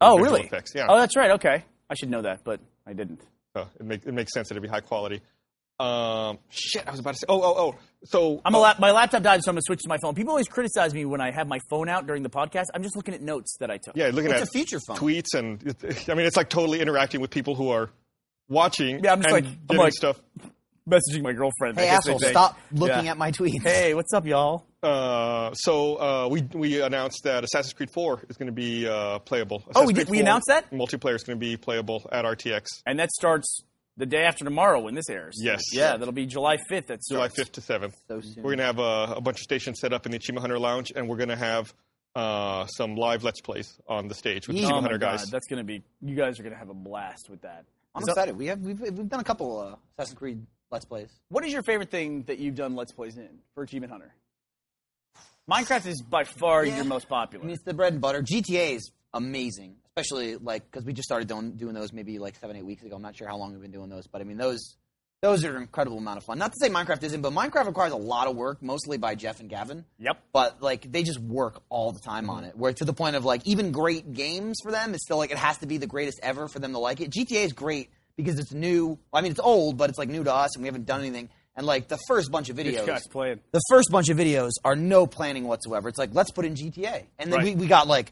B: oh,
A: visual
B: really?
A: effects, yeah.
B: Oh, that's right. Okay, I should know that, but I didn't.
A: So it, make, it makes sense that it'd be high quality. Um, shit, I was about to say. Oh, oh, oh. So
B: I'm a lap my laptop died, so I'm gonna switch to my phone. People always criticize me when I have my phone out during the podcast. I'm just looking at notes that I took.
A: yeah, looking
D: It's
A: at
D: a feature phone.
A: tweets and it, I mean, it's like totally interacting with people who are watching.
B: Yeah, I'm just
A: and
B: like- I'm
A: getting
B: like-
A: stuff.
B: messaging my girlfriend.
D: Hey,
B: I guess they
D: asshole,
B: think.
D: stop looking
B: Yeah.
D: at my tweets.
B: Hey, what's up, y'all?
A: Uh, so uh, we we announced that Assassin's Creed 4 is going to be uh, playable.
B: Oh, we
A: Assassin's
B: did-
A: Creed
B: we
A: 4
B: announced that?
A: multiplayer is going to be playable at RTX
B: And that starts the day after tomorrow when this airs.
A: Yes.
B: Yeah, that'll be July 5th. That's
A: July 5th to 7th.
D: So soon.
A: We're going to have a, a bunch of stations set up in the Achievement Hunter Lounge, and we're going to have uh, some live Let's Plays on the stage with the
B: Oh
A: Achievement
B: my
A: Hunter
B: God,
A: guys.
B: that's gonna be. You guys are gonna have a blast with that.
D: I'm
B: So-
D: excited. We have we've, we've done a couple uh, Assassin's Creed Let's Plays.
B: What is your favorite thing that you've done Let's Plays in for Achievement Hunter? Minecraft is by far
D: Yeah.
B: your most
D: I mean,
B: popular.
D: it's the bread and butter. GTA is amazing, especially like because we just started doing, doing those maybe like seven, eight weeks ago. I'm not sure how long we've been doing those, but I mean those those are an incredible amount of fun. Not to say Minecraft isn't, but Minecraft requires a lot of work, mostly by Jeff and Gavin.
B: Yep. Mm-hmm.
D: But like they just work all the time on it, where to the point of like even great games for them, it's still like it has to be the greatest ever for them to like it. GTA is great because it's new. I mean, it's old, but it's like new to us, and we haven't done anything. And like the first bunch of videos,
B: Guys playing.
D: the first bunch of videos are no planning whatsoever. It's like, let's put in GTA. And then we, we got like,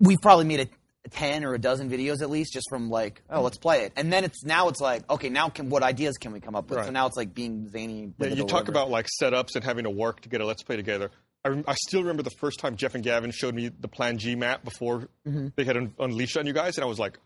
D: we've probably made a, a 10 or a dozen videos at least just from like, oh, let's play it. And then it's now it's like, okay, now can, what ideas can we come up with? So
A: Right.
D: now it's like being zany.
A: Yeah, you talk about like setups and having to work to get a Let's Play together. I, rem- I still remember the first time Jeff and Gavin showed me the Plan G map before they had un- unleashed on you guys, and I was like,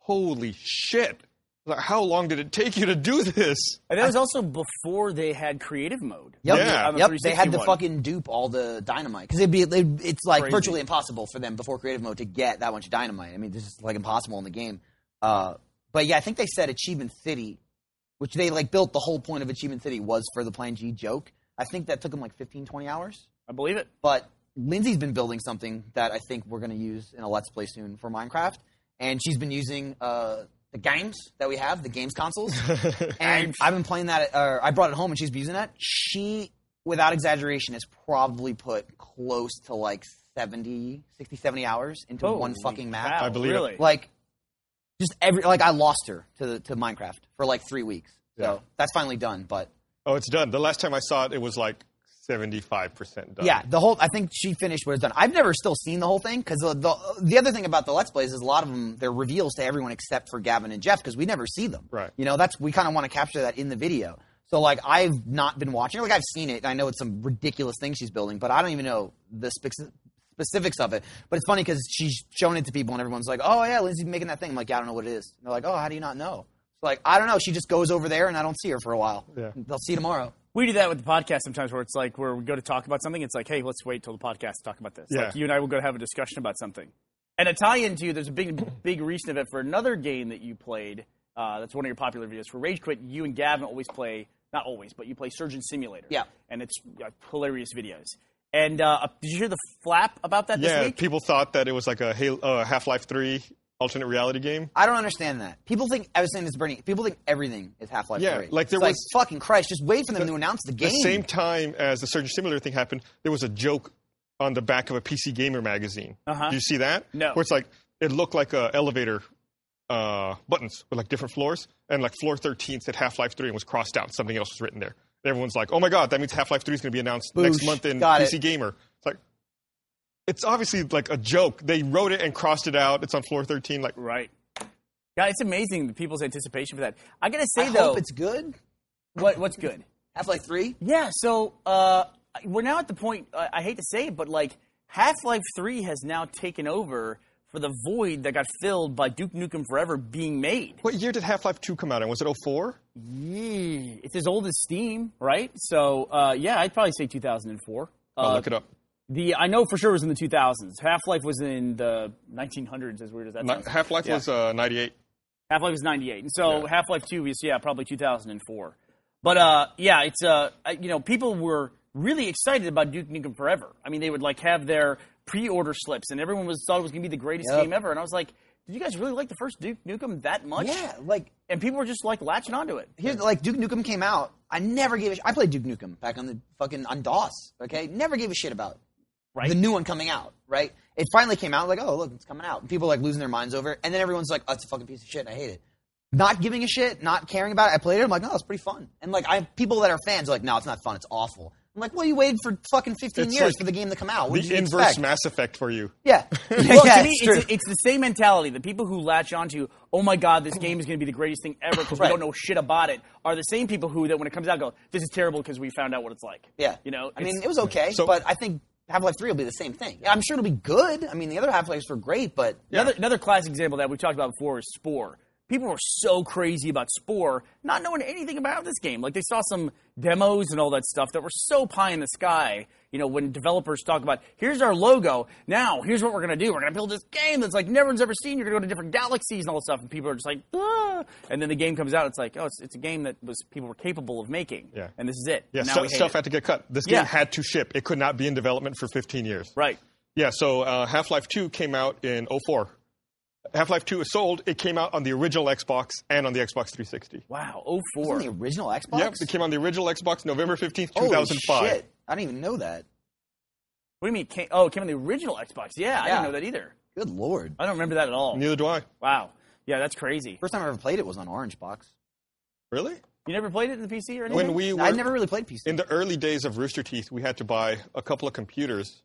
A: "Holy shit! Like, how long did it take you to do this?"
B: And that was also before they had creative mode.
D: Yep,
A: Yeah.
B: On the
D: yep. They
B: 360
D: had to
B: one.
D: fucking dupe all the dynamite because it'd be it'd, it's like
B: Crazy.
D: virtually impossible for them before creative mode to get that much dynamite. I mean, this is like impossible in the game. Uh, but yeah, I think they said Achievement City, which they like built the whole point of Achievement City was for the Plan G joke. I think that took them like 15, 20 hours.
B: I believe it.
D: But Lindsay's been building something that I think we're going to use in a Let's Play soon for Minecraft, and she's been using uh, the games that we have, the games consoles. and I've been playing that. Or I brought it home, and she's been using that. She, without exaggeration, has probably put close to like 70, 60, 70 hours into one
B: Holy
D: fucking map.
B: cow,
A: I believe it.
B: really.
D: Like, just every like I lost her to the, to Minecraft for like three weeks. So
A: Yeah.
D: that's finally done, but.
A: Oh, it's done. The last time I saw it, it was like seventy-five percent done.
D: Yeah, the whole. I think she finished what it's done. I've never still seen the whole thing because the, the the other thing about the let's plays is a lot of them they're reveals to everyone except for Gavin and Jeff because we never see them.
A: Right.
D: You know that's we kind of want to capture that in the video. So like I've not been watching. it. Like I've seen it. And I know it's some ridiculous thing she's building, but I don't even know the spec- specifics of it. But it's funny because she's showing it to people and everyone's like, "Oh yeah, Lindsay's making that thing." I'm like, "Yeah, I don't know what it is." And they're like, "Oh, how do you not know?" It's like I don't know. She just goes over there and I don't see her for a while.
A: Yeah.
D: They'll see tomorrow.
B: We do that with the podcast sometimes, where it's like where we go to talk about something. It's like, hey, let's wait till the podcast to talk about this.
A: Yeah.
B: Like you and I will go have a discussion about something. And a tie-in to there's a big, big recent event for another game that you played. Uh, that's one of your popular videos for Rage Quit. You and Gavin always play, not always, but you play Surgeon Simulator.
D: Yeah.
B: And it's uh, hilarious videos. And uh, did you hear the flap about that
A: yeah.
B: this week?
A: People thought that it was like a Halo, uh, Half-Life Three alternate reality game.
D: I don't understand that. People think I was saying this, to Bernie. People think everything is Half Life
A: Yeah,
D: 3.
A: like, there
D: It's
A: was-
D: fucking Christ. Just wait for them to announce the game.
A: The same time as the Surgeon Simulator thing happened, there was a joke on the back of a PC Gamer magazine.
B: Uh-huh.
A: Do you see that?
B: No.
A: Where it's like it looked like a elevator uh, buttons with like different floors, and like floor 13 said Half Life 3 and was crossed out. Something else was written there. And everyone's like, "Oh my god, that means Half Life 3 is going to be announced next
D: Boosh.
A: month in
D: Got
A: PC
D: it.
A: Gamer." It's like it's obviously like a joke. They wrote it and crossed it out. It's on floor 13. Like
B: Right. Yeah, it's amazing the people's anticipation for that. I gotta say
D: I
B: though,
D: hope it's good.
B: what, what's good?
D: Half Life Three.
B: Yeah, so uh, we're now at the point. Uh, I hate to say it, but like Half Life Three has now taken over for the void that got filled by Duke Nukem Forever being made.
A: what year did Half Life 2 come out in? Was it 04?
B: Yee. It's as old as Steam, right? So uh, yeah, I'd probably say 2004.
A: I'll
B: Uh,
A: look it up.
B: The I know for sure it was in the 2000s. Half Life was in the 1900s. As weird as that sounds.
A: Half Life was uh, 98.
B: Half Life was '98, and so
A: Yeah.
B: Half Life Two is yeah probably 2004. But uh, yeah, it's uh, I- you know people were really excited about Duke Nukem Forever. I mean, they would like have their pre-order slips, and everyone was thought it was going to be the greatest
D: Yep.
B: game ever. And I was like, did you guys really like the first Duke Nukem that much?
D: Yeah, like
B: And people were just like latching onto it.
D: here's like Duke Nukem came out. I never gave a sh- I played Duke Nukem back on the fucking on DOS. Okay, never gave a shit about
B: Right.
D: the new one coming out. Right, it finally came out. Like, oh look, it's coming out. And people like losing their minds over it, and then everyone's like, oh, it's a fucking piece of shit. and I hate it. Not giving a shit, not caring about it. I played it. I'm like, no, it's pretty fun. And like, I people that are fans are like, no, it's not fun. It's awful. I'm like, well, you waited for fucking 15
A: It's
D: years
A: like
D: for the game to come out. What did
A: The
D: you
A: inverse
D: expect?
A: Mass Effect for you.
D: yeah.
B: Well,
D: yeah,
B: to me,
D: it's true.
B: it's, it's the same mentality. The people who latch onto, oh my god, this game is going to be the greatest thing ever because
D: Right.
B: we don't know shit about it, are the same people who that when it comes out go, this is terrible because we found out what it's like.
D: Yeah.
B: you know.
D: I
B: It's-
D: mean, it was okay,
A: So-
D: but I think Half Life 3 will be the same thing. I'm sure it'll be good. I mean, the other Half Lives were great, but
B: Another, another classic example that we talked about before is Spore. People were so crazy about Spore, not knowing anything about this game. Like they saw some demos and all that stuff that were so pie in the sky. You know, when developers talk about, here's our logo, now here's what we're gonna do. We're gonna build this game that's like no one's ever seen. You're gonna go to different galaxies and all this stuff, and people are just like, ah. and then the game comes out. It's like, oh, it's, it's a game that was people were capable of making.
A: Yeah.
B: and this is it.
A: Yeah,
B: now
A: stu-
B: we hate
A: stuff
B: it.
A: had to get cut. This
B: Yeah.
A: game had to ship. It could not be in development for 15 years.
B: right.
A: Yeah, so uh, Half Life 2 came out in 04. Half Life 2 is sold. It came out on the original Xbox and on the Xbox 360.
B: Wow. Oh four.
D: wasn't the original Xbox?
A: Yep, it came on the original Xbox November 15th,
D: Holy
A: 2005.
D: shit. I didn't even know that.
B: What do you mean? it Came, oh, it came on the original Xbox. yeah, I
D: Yeah.
B: didn't know that either.
D: Good lord.
B: I don't remember that at all.
A: Neither do I.
B: Wow. Yeah, that's crazy.
D: First time I ever played it was on Orange Box.
A: Really?
B: You never played it in the PC or anything?
A: When we were
D: I never really played PC.
A: in the early days of Rooster Teeth, we had to buy a couple of computers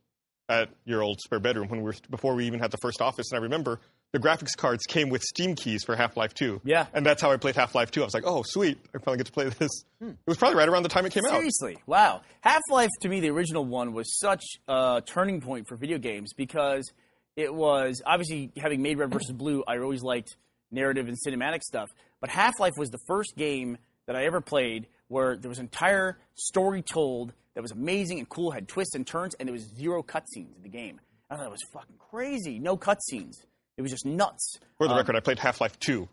A: at your old spare bedroom when we were, before we even had the first office. And I remember the graphics cards came with Steam keys for Half Life 2.
B: Yeah.
A: And that's how I played Half Life 2. I was like, oh, sweet. I finally get to play this. It was probably right around the time it came out.
B: Seriously, wow. Half Life to me, the original one, was such a turning point for video games because it was obviously having made Red versus Blue. I always liked narrative and cinematic stuff, but Half Life was the first game that I ever played where there was an entire story told that was amazing and cool, had twists and turns, and there was zero cutscenes in the game. I thought it was fucking crazy. No cutscenes. It was just nuts.
A: For the record, I played Half Life 2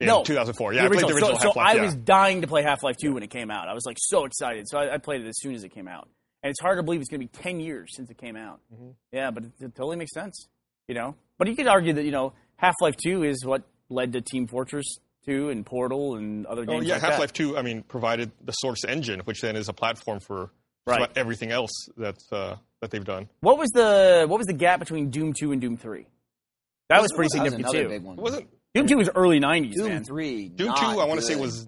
A: in
B: no,
A: 2004. Yeah,
B: the
A: I played the
B: original. So-
A: original
B: so,
A: Half Life.
B: I was dying to play Half Life 2 when it came out. I was like so excited. So I, I played it as soon as it came out. And it's hard to believe it's going to be 10 years since it came out.
A: Mm-hmm.
B: Yeah, but it, it totally makes sense, you know? But you could argue that, you know, Half Life 2 is what led to Team Fortress 2 and Portal and other
A: Oh,
B: games
A: yeah,
B: like
A: Half
B: that.
A: Life 2, I mean, provided the source engine, which then is a platform for just
B: Right.
A: about everything else that's, uh, that they've done.
B: What was the what was the gap between Doom 2 and Doom 3? That was pretty
D: That was
B: significant
D: another
B: too.
D: big one.
A: It wasn't
B: Doom 2 was early 90s,
D: Doom
B: man.
D: 3.
A: Doom
D: not
A: 2, I want to say,
D: good.
A: was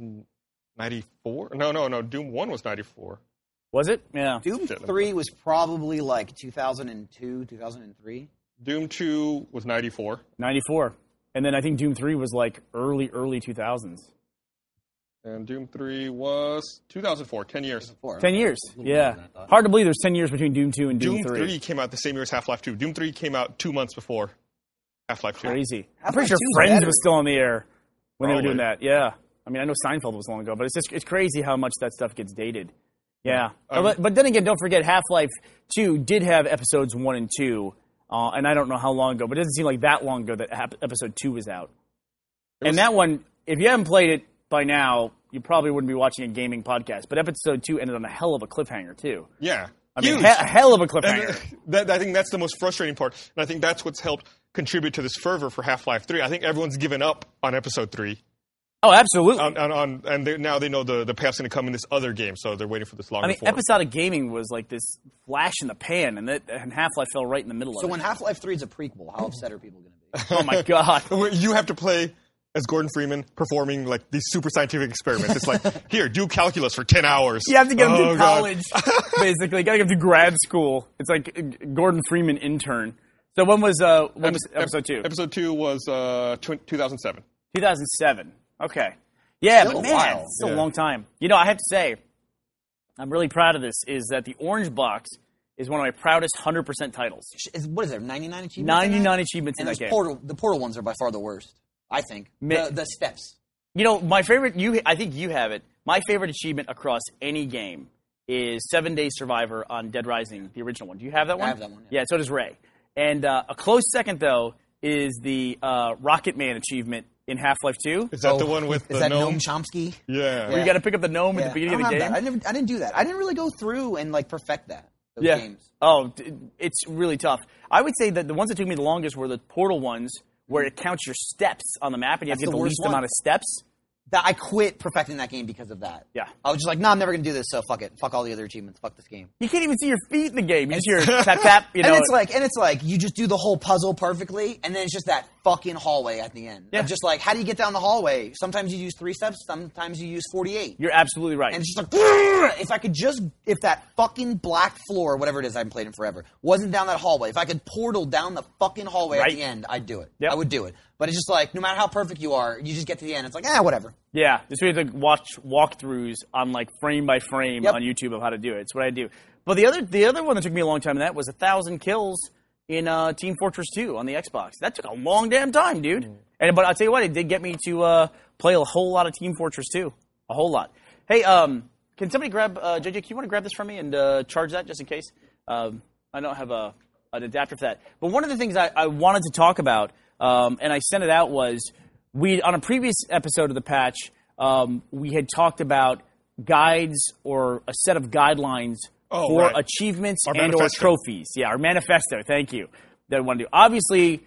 A: 94? No, no, no. Doom 1 was 94.
B: Was it? Yeah.
D: Doom 3 was probably like 2002, 2003.
A: Doom 2 was 94.
B: 94. And then I think Doom 3 was like early early 2000s.
A: And Doom 3 was 2004, 10 years.
D: Four.
B: 10 years.
D: little
B: Yeah.
D: longer than I thought.
B: Hard to believe there's 10 years between Doom 2 and Doom,
A: Doom 3. came out the same year as Half Life 2. Doom 3 came out two months before Half Life 2.
B: Crazy. I'm
D: Half-Life
B: pretty sure
D: 2 's
B: Friends
D: better.
B: was still on the air when they were doing that.
A: Probably.
B: Yeah. I mean, I know Seinfeld was long ago, but it's just it's crazy how much that stuff gets dated. Yeah.
A: Um,
B: but, but then again, don't forget Half Life 2 did have episodes 1 and 2. Uh, and I don't know how long ago, but it doesn't seem like that long ago that hap- episode 2 was out. and that one, if you haven't played it by now, you probably wouldn't be watching a gaming podcast. But episode 2 ended on a hell of a cliffhanger, too.
A: Yeah.
B: I mean,
A: Huge.
B: he- a hell of a
A: And,
B: cliffhanger.
A: uh, that, I think that's the most frustrating part. And I think that's what's helped contribute to this fervor for Half Life 3. I think everyone's given up on Episode 3.
B: Oh, absolutely.
A: on, on, on and they, now they know the the payoff's going to come in this other game, so they're waiting for this longer
B: I mean,
A: form.
B: episodic gaming was like this flash in the pan, and that and Half Life fell right in the middle
D: So
B: of
D: when
B: it.
D: Half Life Three is a prequel, how upset are people going to be?
B: oh my god!
A: Where you have to play as Gordon Freeman performing like these super scientific experiments. It's like here, do calculus for ten hours.
B: You have to get him
A: Oh,
B: to
A: God.
B: college, basically. You gotta get him to grad school. It's like uh, Gordon Freeman intern. So when was uh when was
A: Ep-
B: episode two?
A: Episode two was uh, tw- 2007.
B: 2007. Okay. Yeah,
D: Still
B: but
D: a
B: man,
D: while.
B: it's a
A: Yeah.
B: long time. You know, I have to say, I'm really proud of this. Is that the Orange Box is one of my proudest 100% titles.
D: Is, what is there? Ninety nine achievements. in that?
B: 99 achievements in
D: And
B: that
D: those
B: game.
D: portal, the portal ones are by far the worst. I think
B: Ma-
D: the, the steps.
B: You know, my favorite. You, I think you have it. My favorite achievement across any game is Seven Days Survivor on Dead Rising, the original one. Do you have that one?
D: have that one,
B: Yeah.
D: yeah.
B: so does Ray. And uh, a close second though is the uh, Rocket Man achievement in Half Life Two.
A: Is that the one with
D: Oh, is
A: the
D: that
A: gnome?
D: Chomsky?
A: yeah.
B: You got to pick up the gnome at
D: Yeah.
B: the beginning
D: I
B: of
D: don't
B: the
D: have
B: game.
D: that. I never, I didn't do that. I didn't really go through and like perfect that. Those
B: yeah.
D: games.
B: Oh, d- it's really tough. I would say that the ones that took me the longest were the Portal ones, where it counts your steps on the map, and you have
D: That's
B: to get
D: the
B: the
D: worst
B: least
D: one.
B: amount of steps.
D: That I quit perfecting that game because of that.
B: Yeah.
D: I was just like, no, I'm never gonna do this. So fuck it. Fuck all the other achievements. Fuck this game.
B: You can't even see your feet in the game. You just hear tap tap. You know,
D: and it's like, and it's like, you just do the whole puzzle perfectly, and then it's just that fucking hallway at the end.
B: Yeah.
D: Of just like, how do you get down the hallway? Sometimes you use three steps. Sometimes you use forty-eight.
B: you're absolutely right.
D: and it's just like if I could just if that fucking black floor, whatever it is I haven't played in forever, wasn't down that hallway. If I could portal down the fucking hallway
B: Right.
D: at the end, I'd do it.
B: Yep.
D: I would do it. But it's just like no matter how perfect you are, you just get to the end. It's like ah, whatever.
B: Yeah, this we have to watch walkthroughs on like frame by frame
D: Yep.
B: on YouTube of how to do it. It's what I do. But the other the other one that took me a long time in that was a thousand kills in uh, Team Fortress Two on the Xbox. That took a long damn time, dude. And but I'll tell you what, it did get me to uh, play a whole lot of Team Fortress Two, a whole lot. Hey, um, can somebody grab uh, JJ? Can you want to grab this from me and uh, charge that just in case? Um, I don't have a an adapter for that. But one of the things I, I wanted to talk about, um, and I sent it out was we on a previous episode of the patch um, we had talked about guides or a set of guidelines
A: Oh,
B: for
A: right.
B: achievements
A: Our
B: and or
A: manifesto.
B: trophies yeah our manifesto thank you that we want to do obviously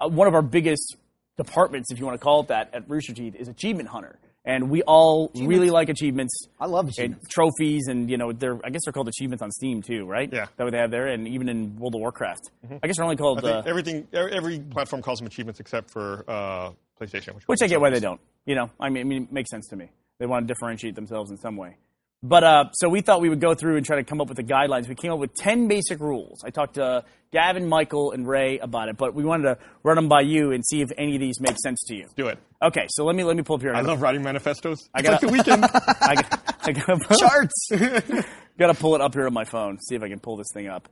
B: uh, one of our biggest departments if you want to call it that at rooster teeth is achievement hunter and we all really like achievements
D: I love
B: and
D: achievements.
B: trophies and you know they're i guess they're called achievements on steam too right
A: Yeah. Mm-hmm.
B: that what they have there and even in world of warcraft i guess they're only
A: I
B: called
A: think
B: uh,
A: everything, every, every platform calls them achievements except for uh, PlayStation, which,
B: Which I get why they don't. You know, I mean, I mean, it makes sense to me. They want to differentiate themselves in some way. But uh, so we thought we would go through and try to come up with the guidelines. We came up with ten basic rules. I talked to Gavin, Michael, and Ray about it, but we wanted to run them by you and see if any of these make sense to you.
A: do it.
B: Okay, so let me let me pull up here.
A: I love writing manifestos. I
B: gotta-
A: like the weekend.
B: I got, I got, charts. got to pull it up here on my phone. See if I can pull this thing up.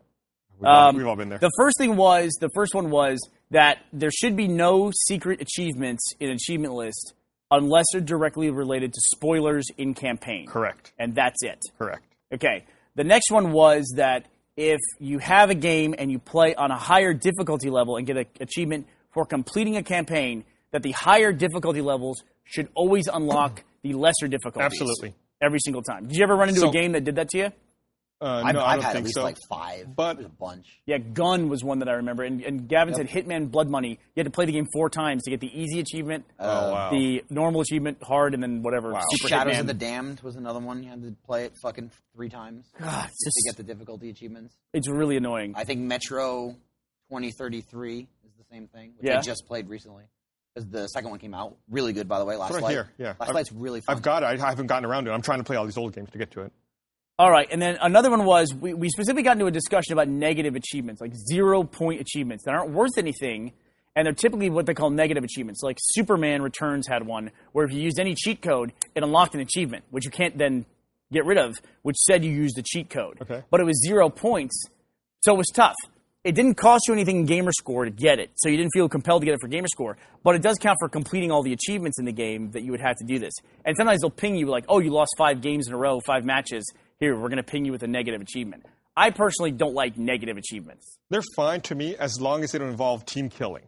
A: We've all-
B: Um,
A: We've all been there.
B: The first thing was the first one was that there should be no secret achievements in achievement list unless they're directly related to spoilers in campaign.
A: Correct.
B: And that's it.
A: Correct.
B: Okay. The next one was that if you have a game and you play on a higher difficulty level and get an achievement for completing a campaign, that the higher difficulty levels should always unlock the lesser difficulties.
A: Absolutely.
B: Every single time. Did you ever run into a
A: So-
B: game that did that to you?
A: Uh,
D: I've,
A: no, I
D: I've
A: don't
D: had
A: think
D: at least
A: so.
D: like five,
A: But-
D: There's a bunch.
B: Yeah, Gun was one that I remember. And, and Gavin said Hitman Blood Money. You had to play the game four times to get the easy achievement,
A: oh wow.
B: the normal achievement, hard, and then whatever. Super
D: Shadows
B: Hitman.
D: of the Damned was another one. You had to play it fucking three times
B: God, Ah, it's,
D: to get
B: just,
D: the difficulty achievements.
B: it's really annoying.
D: I think Metro 2033 is the same thing, which
B: Yeah.
D: I just played recently. 'Cause The second one came out really good, by the way. Last
A: right
D: light,
A: here, yeah.
D: Last
A: I've-
D: light's really fun.
A: I've got it. I haven't gotten around to it. I'm trying to play all these old games to get to it.
B: All right, and then another one was we, we specifically got into a discussion about negative achievements, like zero point achievements that aren't worth anything, and they're typically what they call negative achievements. Like Superman Returns had one where if you used any cheat code, it unlocked an achievement, which you can't then get rid of, which said you used a cheat code.
A: Okay.
B: But it was zero points, so it was tough. It didn't cost you anything in gamer score to get it, so you didn't feel compelled to get it for gamer score. But it does count for completing all the achievements in the game that you would have to do this. And sometimes they'll ping you like, "Oh, you lost five games in a row, five matches. Here, we're going to ping you with a negative achievement." I personally don't like negative achievements.
A: They're fine to me as long as they don't involve team killing.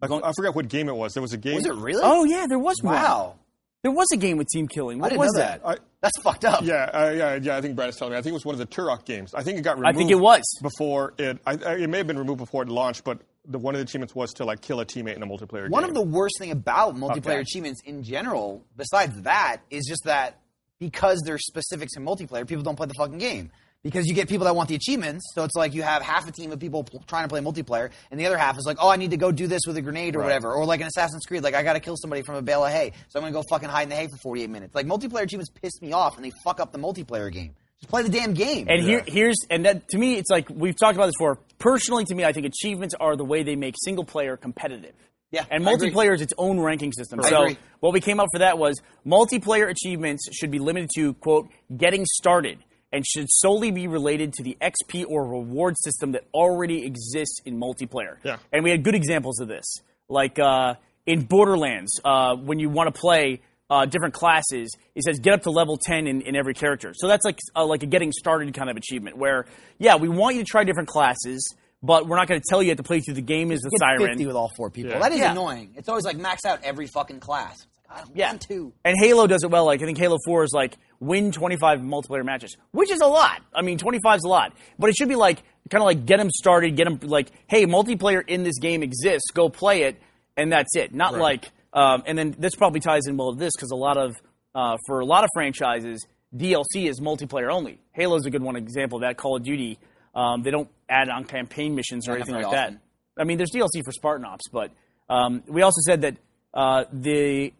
A: Like,
B: Long-
A: I forgot what game it was. There was a game.
D: Was it really?
B: Oh yeah, there was one.
D: wow.
B: There was a game with team killing. What
D: I didn't
B: was
D: know that.
A: I,
D: That's fucked up.
A: yeah, I, yeah, yeah. I think Brad is telling me. I think it was one of the Turok games. I think it got removed.
B: I think it was.
A: before it. I, I, it may have been removed before it launched, but the one of the achievements was to like kill a teammate in a multiplayer
D: One
A: game.
D: of the worst thing about multiplayer
A: Okay.
D: achievements in general, besides that, is just that because there's specifics in multiplayer, people don't play the fucking game. Because you get people that want the achievements, so it's like you have half a team of people pl- trying to play multiplayer, and the other half is like, oh, I need to go do this with a grenade or whatever, or like an Assassin's Creed, like I gotta kill somebody from a bale of hay, so I'm gonna go fucking hide in the hay for 48 minutes. Like multiplayer achievements piss me off, and they fuck up the multiplayer game. Just play the damn game.
B: And here, here's and that to me, it's like we've talked about this before. Personally, to me, I think achievements are the way they make single player competitive.
D: Yeah,
B: and
D: I agree.
B: multiplayer is its own ranking system.
D: I
B: So
D: agree.
B: what we came up for that was multiplayer achievements should be limited to quote getting started and should solely be related to the XP or reward system that already exists in multiplayer.
A: Yeah.
B: And we had good examples of this, like uh, in Borderlands, uh, when you want to play uh, different classes, it says get up to level ten in, in every character. So that's like uh, like a getting started kind of achievement where yeah, we want you to try different classes. But we're not going to tell you you have to play through the game as the
D: Get
B: siren.
D: 50 with all four people.
A: Yeah.
D: That is
B: Yeah.
D: annoying. It's always like max out every fucking class. It's like, I don't
B: Yeah.
D: want to.
B: And Halo does it well. Like I think Halo Four is like win 25 multiplayer matches, which is a lot. I mean, 25 is a lot, but it should be like kind of like get them started, get them like, hey, multiplayer in this game exists, go play it, and that's it. Not like, um, and then this probably ties in well to this because a lot of uh, for a lot of franchises, DLC is multiplayer only. Halo's a good one example of that. Call of Duty, um, they don't add on campaign missions or
D: Yeah,
B: anything
D: not
B: like
D: very
B: that.
D: often.
B: I mean, there's DLC for Spartan Ops, but um, we also said that uh, the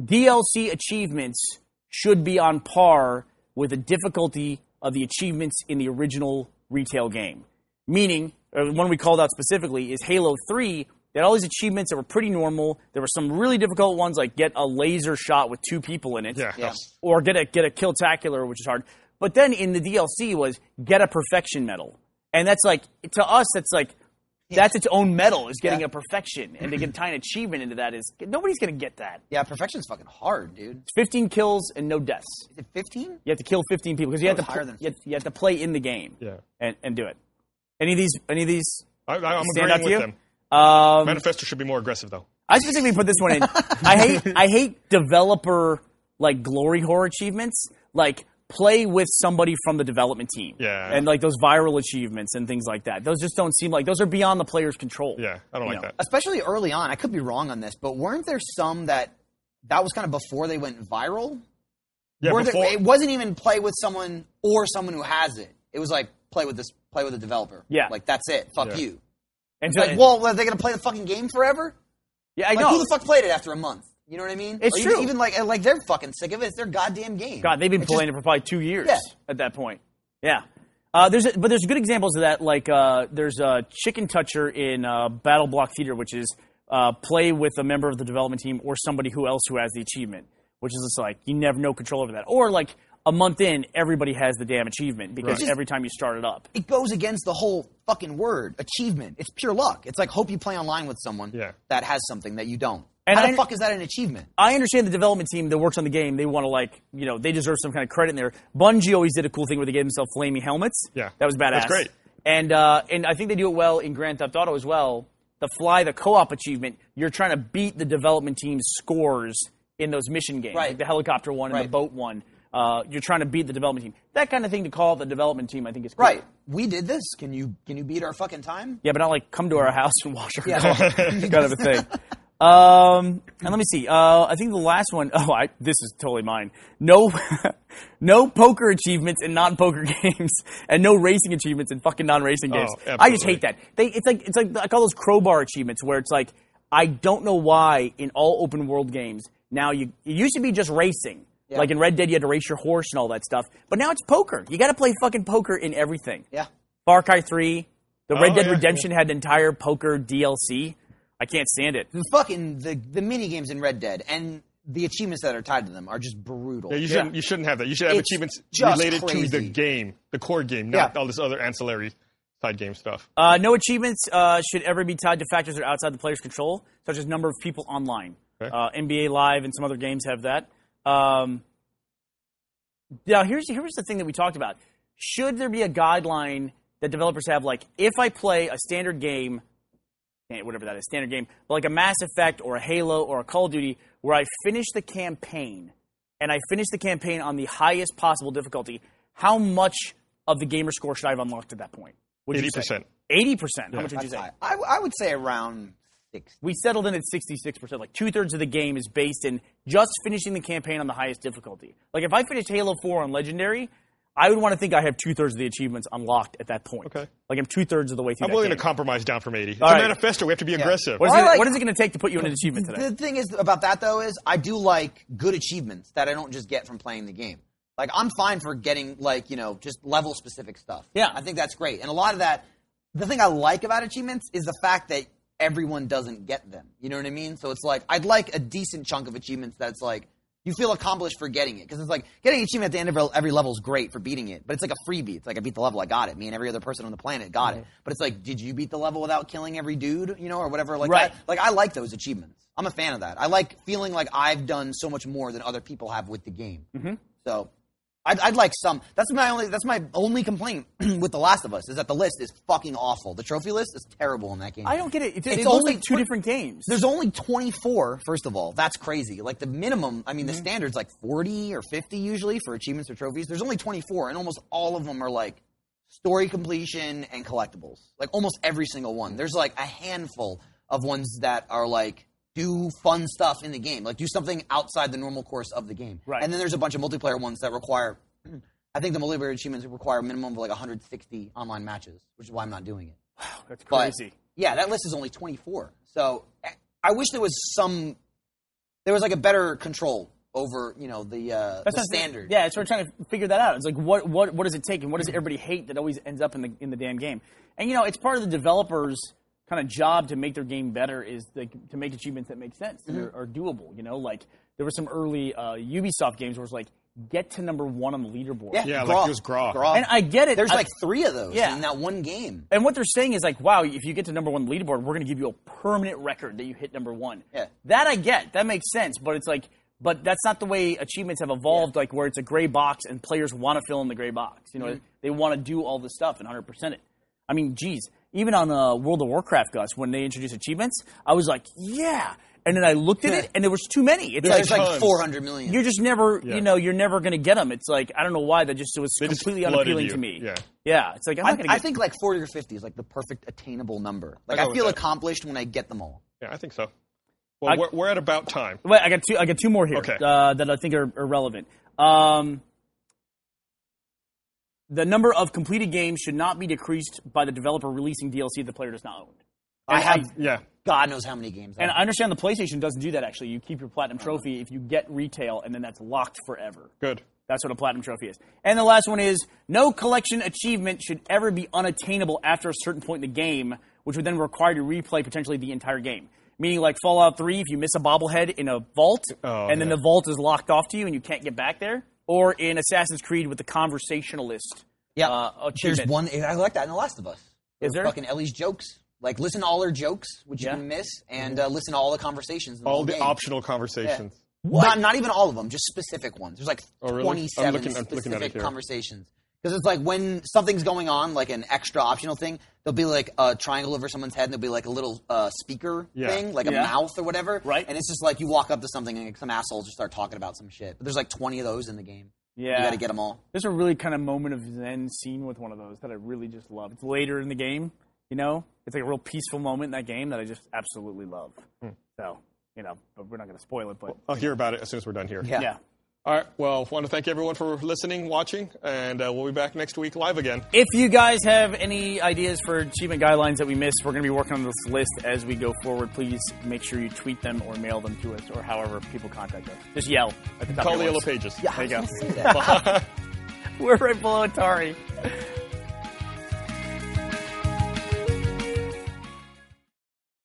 B: DLC achievements should be on par with the difficulty of the achievements in the original retail game. Meaning, or the one we called out specifically is Halo 3. They had all these achievements that were pretty normal. There were some really difficult ones, like get a laser shot with two people in it,
A: yeah.
D: Yeah.
B: or get a get a kill tacular, which is hard. But then in the DLC was get a perfection medal, and that's like to us that's like that's its own medal is getting
D: Yeah.
B: a perfection, and to get tie an achievement into that is nobody's going to get that.
D: Yeah, perfection's fucking hard, dude.
B: 15 kills and no deaths.
D: Is it 15?
B: You have to kill 15 people because you have to
D: Probably higher
B: pl-
D: than
B: you, have, you have to play in the game
A: Yeah.
B: and, and do it. Any of these any of these
A: I, I, I'm agreeing
B: stand out to
A: with
B: you?
A: them.
B: Um,
A: Manifesto should be more aggressive though.
B: I specifically put this one in. I hate I hate developer like glory horror achievements like play with somebody from the development team.
A: Yeah.
B: And like those viral achievements and things like that. Those just don't seem like those are beyond the player's control.
A: Yeah, I don't
B: You
A: like
B: know.
A: that.
D: Especially early on. I could be wrong on this, but weren't there some that that was kind of before they went viral?
A: Yeah,
D: Were
A: before,
D: there, it wasn't even play with someone or someone who has it. It was like play with this play with a developer.
B: Yeah.
D: Like that's it. Fuck
A: Yeah.
D: you.
B: And so,
D: Like, well, are they gonna play the fucking game forever?
B: yeah, I
D: Like
B: know.
D: who the fuck played it after a month? You know what I mean?
B: It's
D: Or even-
B: true.
D: Even like like they're fucking sick of it. It's their goddamn game.
B: God, they've been
D: It's
B: playing it for probably two years
D: Yeah.
B: at that point. Yeah. Uh, there's a, but there's good examples of that. Like uh, there's a chicken toucher in uh, Battle Block Theater, which is uh, play with a member of the development team or somebody who else who has the achievement, which is just like you never no control over that. Or like a month in, everybody has the damn achievement because
A: Right.
B: every time you start it up.
D: it goes against the whole fucking word achievement. It's pure luck. It's like hope you play online with someone
A: Yeah.
D: that has something that you don't.
B: And
D: How
B: I-
D: the fuck is that an achievement?
B: I understand the development team that works on the game. They want to like, you know, they deserve some kind of credit in there. Bungie always did a cool thing where they gave themselves flaming helmets.
A: Yeah.
B: that was badass.
A: That's great.
B: And uh, and I think they do it well in Grand Theft Auto as well. The fly the co-op achievement. You're trying to beat the development team's scores in those mission games,
D: Right.
B: like the helicopter one and the
D: Right.
B: boat one. Uh, you're trying to beat the development team. That kind of thing to call the development team, I think, is cool.
D: Right. We did this. Can you can you beat our fucking time?
B: Yeah, but not like come to our house and wash our
D: Yeah.
B: car. kind of a thing. Um, and let me see. Uh, I think the last one oh I, this is totally mine. No, no poker achievements in non-poker games, and no racing achievements in fucking non-racing games. I just
A: absolutely.
B: hate that. They, it's like it's like I call those crowbar achievements where it's like I don't know why in all open world games now you it used to be just racing. Like in Red Dead, you had to race your horse and all that stuff. But now it's poker. You got to play fucking poker in everything.
D: Yeah.
B: Far Cry 3, the Red
A: Oh,
B: Dead
A: yeah,
B: Redemption had an entire poker DLC. I can't stand it.
D: The fucking the the mini games in Red Dead and the achievements that are tied to them are just brutal.
A: Yeah, you shouldn't. You shouldn't have that. You should have
D: It's
A: achievements
D: just
A: related to the
D: crazy.
A: game, the core game, not
D: Yeah.
A: all this other ancillary side game stuff.
B: Uh, no achievements uh, should ever be tied to factors that are outside the player's control, such as number of people online.
A: Okay.
B: Uh, NBA Live and some other games have that. Um, now, here's here's the thing that we talked about. Should there be a guideline that developers have, like if I play a standard game, eh, whatever that is, standard game, but like a Mass Effect or a Halo or a Call of Duty, where I finish the campaign and I finish the campaign on the highest possible difficulty, how much of the gamer score should I have unlocked at that point? What'd you say?
A: 80%.
B: 80%. How much would you
D: That's
B: say?
D: high. I, I would say around six.
B: We settled in at 66%. Like two thirds of the game is based in just finishing the campaign on the highest difficulty. Like if I finished Halo 4 on Legendary, I would want to think I have two thirds of the achievements unlocked at that point.
A: Okay.
B: Like I'm two thirds of the way through
A: I'm
B: that
A: willing
B: game.
A: to compromise down from 80. It's
B: All
A: a
B: right.
A: manifesto. We have to be aggressive.
B: what, is
D: I
B: it,
D: like-
B: what is it going to take to put you in an achievement today?
D: The thing is about that though is I do like good achievements that I don't just get from playing the game. Like I'm fine for getting like you know just level specific stuff.
B: Yeah.
D: I think that's great. And a lot of that, the thing I like about achievements is the fact that everyone doesn't get them. You know what I mean? So it's like I'd like a decent chunk of achievements that's like you feel accomplished for getting it because it's like getting an achievement at the end of every level is great for beating it, but it's like a freebie. It's like I beat the level, I got it. Me and every other person on the planet got it. But it's like, did you beat the level without killing every dude? You know, or whatever like
B: Right.
D: that. Like I like those achievements. I'm a fan of that. I like feeling like I've done so much more than other people have with the game. Mm-hmm. So, I'd, I'd like some. That's my only. That's my only complaint with The Last of Us is that the list is fucking awful. The trophy list is terrible in that game.
B: I don't get it. It, it
D: It's
B: looks
D: only
B: like two
D: tw-
B: different games.
D: There's only 24. First of all, that's crazy. Like the minimum. I mean, the standard's like 40 or 50 usually for achievements or trophies. There's only 24, and almost all of them are like story completion and collectibles. Like almost every single one. There's like a handful of ones that are like do fun stuff in the game, like do something outside the normal course of the game.
B: Right.
D: And then there's a bunch of multiplayer ones that require. I think the multiplayer achievements require a minimum of like 160 online matches, which is why I'm not doing it.
B: That's
D: But
B: crazy.
D: yeah, that list is only 24. So eh, I wish there was some, there was like a better control over you know the uh, the
B: That's not-
D: standard.
B: Yeah, it's we're trying to figure that out. It's like what what what does it take and what does everybody hate that always ends up in the in the damn game? And you know, it's part of the developers kind of job to make their game better is the, to make achievements that make sense and
D: Mm-hmm.
B: are, are doable. You know, like there were some early uh, Ubisoft games where it's like get to number one on the leaderboard.
A: Yeah, like
D: Grog.
A: it was Grog.
D: Grog.
B: And I get it.
D: There's
B: I-
D: like three of those
B: Yeah.
D: in that one game.
B: And what they're saying is like, wow, if you get to number one leaderboard, we're going to give you a permanent record that you hit number one.
D: Yeah.
B: That I get. That makes sense. But it's like, but that's not the way achievements have evolved. Like where it's a gray box and players want to fill in the gray box. You know, they want to do all this stuff and 100 percent it. I mean, geez, even on uh, World of Warcraft, Gus, when they introduced achievements, I was like, yeah. And then I looked at it, and there was too many. It's
D: There's
B: like,
D: like
A: tons.
D: 400 million.
B: you're just never,
A: Yeah.
B: you know, you're never going to get them. It's like I don't know why that just was
A: just
B: completely
A: flooded
B: unappealing
A: you.
B: to me.
A: Yeah.
B: yeah. It's like I'm
D: I,
B: not going to
D: I
B: get.
D: think like 40 or 50 is like the perfect attainable number. Like
A: I
D: I,
A: go with
D: feel
A: that.
D: accomplished when I get them all.
A: Yeah, I think so. Well,
B: I-
A: we're, we're at about time.
B: Wait, I got two. I got two more here
A: Okay.
B: uh, that I think are, are relevant. Um, the number of completed games should not be decreased by the developer releasing DLC the player does not own.
D: I have
A: Yeah.
D: God knows how many games. I
B: And
D: have.
B: I understand the PlayStation doesn't do that. Actually, you keep your platinum trophy if you get retail, and then that's locked forever.
A: Good.
B: That's what a platinum trophy is. And the last one is no collection achievement should ever be unattainable after a certain point in the game, which would then require you to replay potentially the entire game. Meaning, like Fallout 3, if you miss a bobblehead in a vault,
A: Oh,
B: and then
A: yeah.
B: the vault is locked off to you and you can't get back there, or in Assassin's Creed with the conversationalist
D: yeah,
B: uh,
D: there's
B: achievement.
D: one. I like that in The Last of Us.
B: Is there?
D: fucking Ellie's jokes? Like listen to all her jokes, which
B: Yeah.
D: you can miss, and uh, listen to all the conversations. In the
A: All
D: whole
A: the
D: game.
A: optional conversations.
D: Not, not even all of them, just specific ones. There's like
A: Oh, really? I'm
D: 27
A: looking- I'm looking at it
D: specific
A: here.
D: conversations. Because it's like when something's going on, like an extra optional thing, there'll be like a triangle over someone's head, and there'll be like a little uh, speaker
A: Yeah.
D: thing, like a
B: Yeah.
D: mouth or whatever.
B: Right.
D: And it's just like you walk up to something and like, some assholes just start talking about some shit. But there's like 20 of those in the game.
B: Yeah.
D: You got to get them all.
B: There's a really kind of moment of zen scene with one of those that I really just love. It's later in the game, you know? It's like a real peaceful moment in that game that I just absolutely love. So, you know, but we're not going to spoil it, but
A: I'll hear about it as soon as we're done here.
D: Yeah.
B: yeah.
A: All right. Well, want to thank everyone for listening, watching, and uh, we'll be back next week live again.
B: If you guys have any ideas for achievement guidelines that we missed, we're going to be working on this list as we go forward. Please make sure you tweet them or mail them to us or however people contact us. Just yell at the top
A: Call
B: of
A: the
B: your
A: Yellow
B: lungs.
A: Pages.
D: Yeah, I
B: There you
D: was
B: go.
D: gonna say that.
B: We're right below Atari.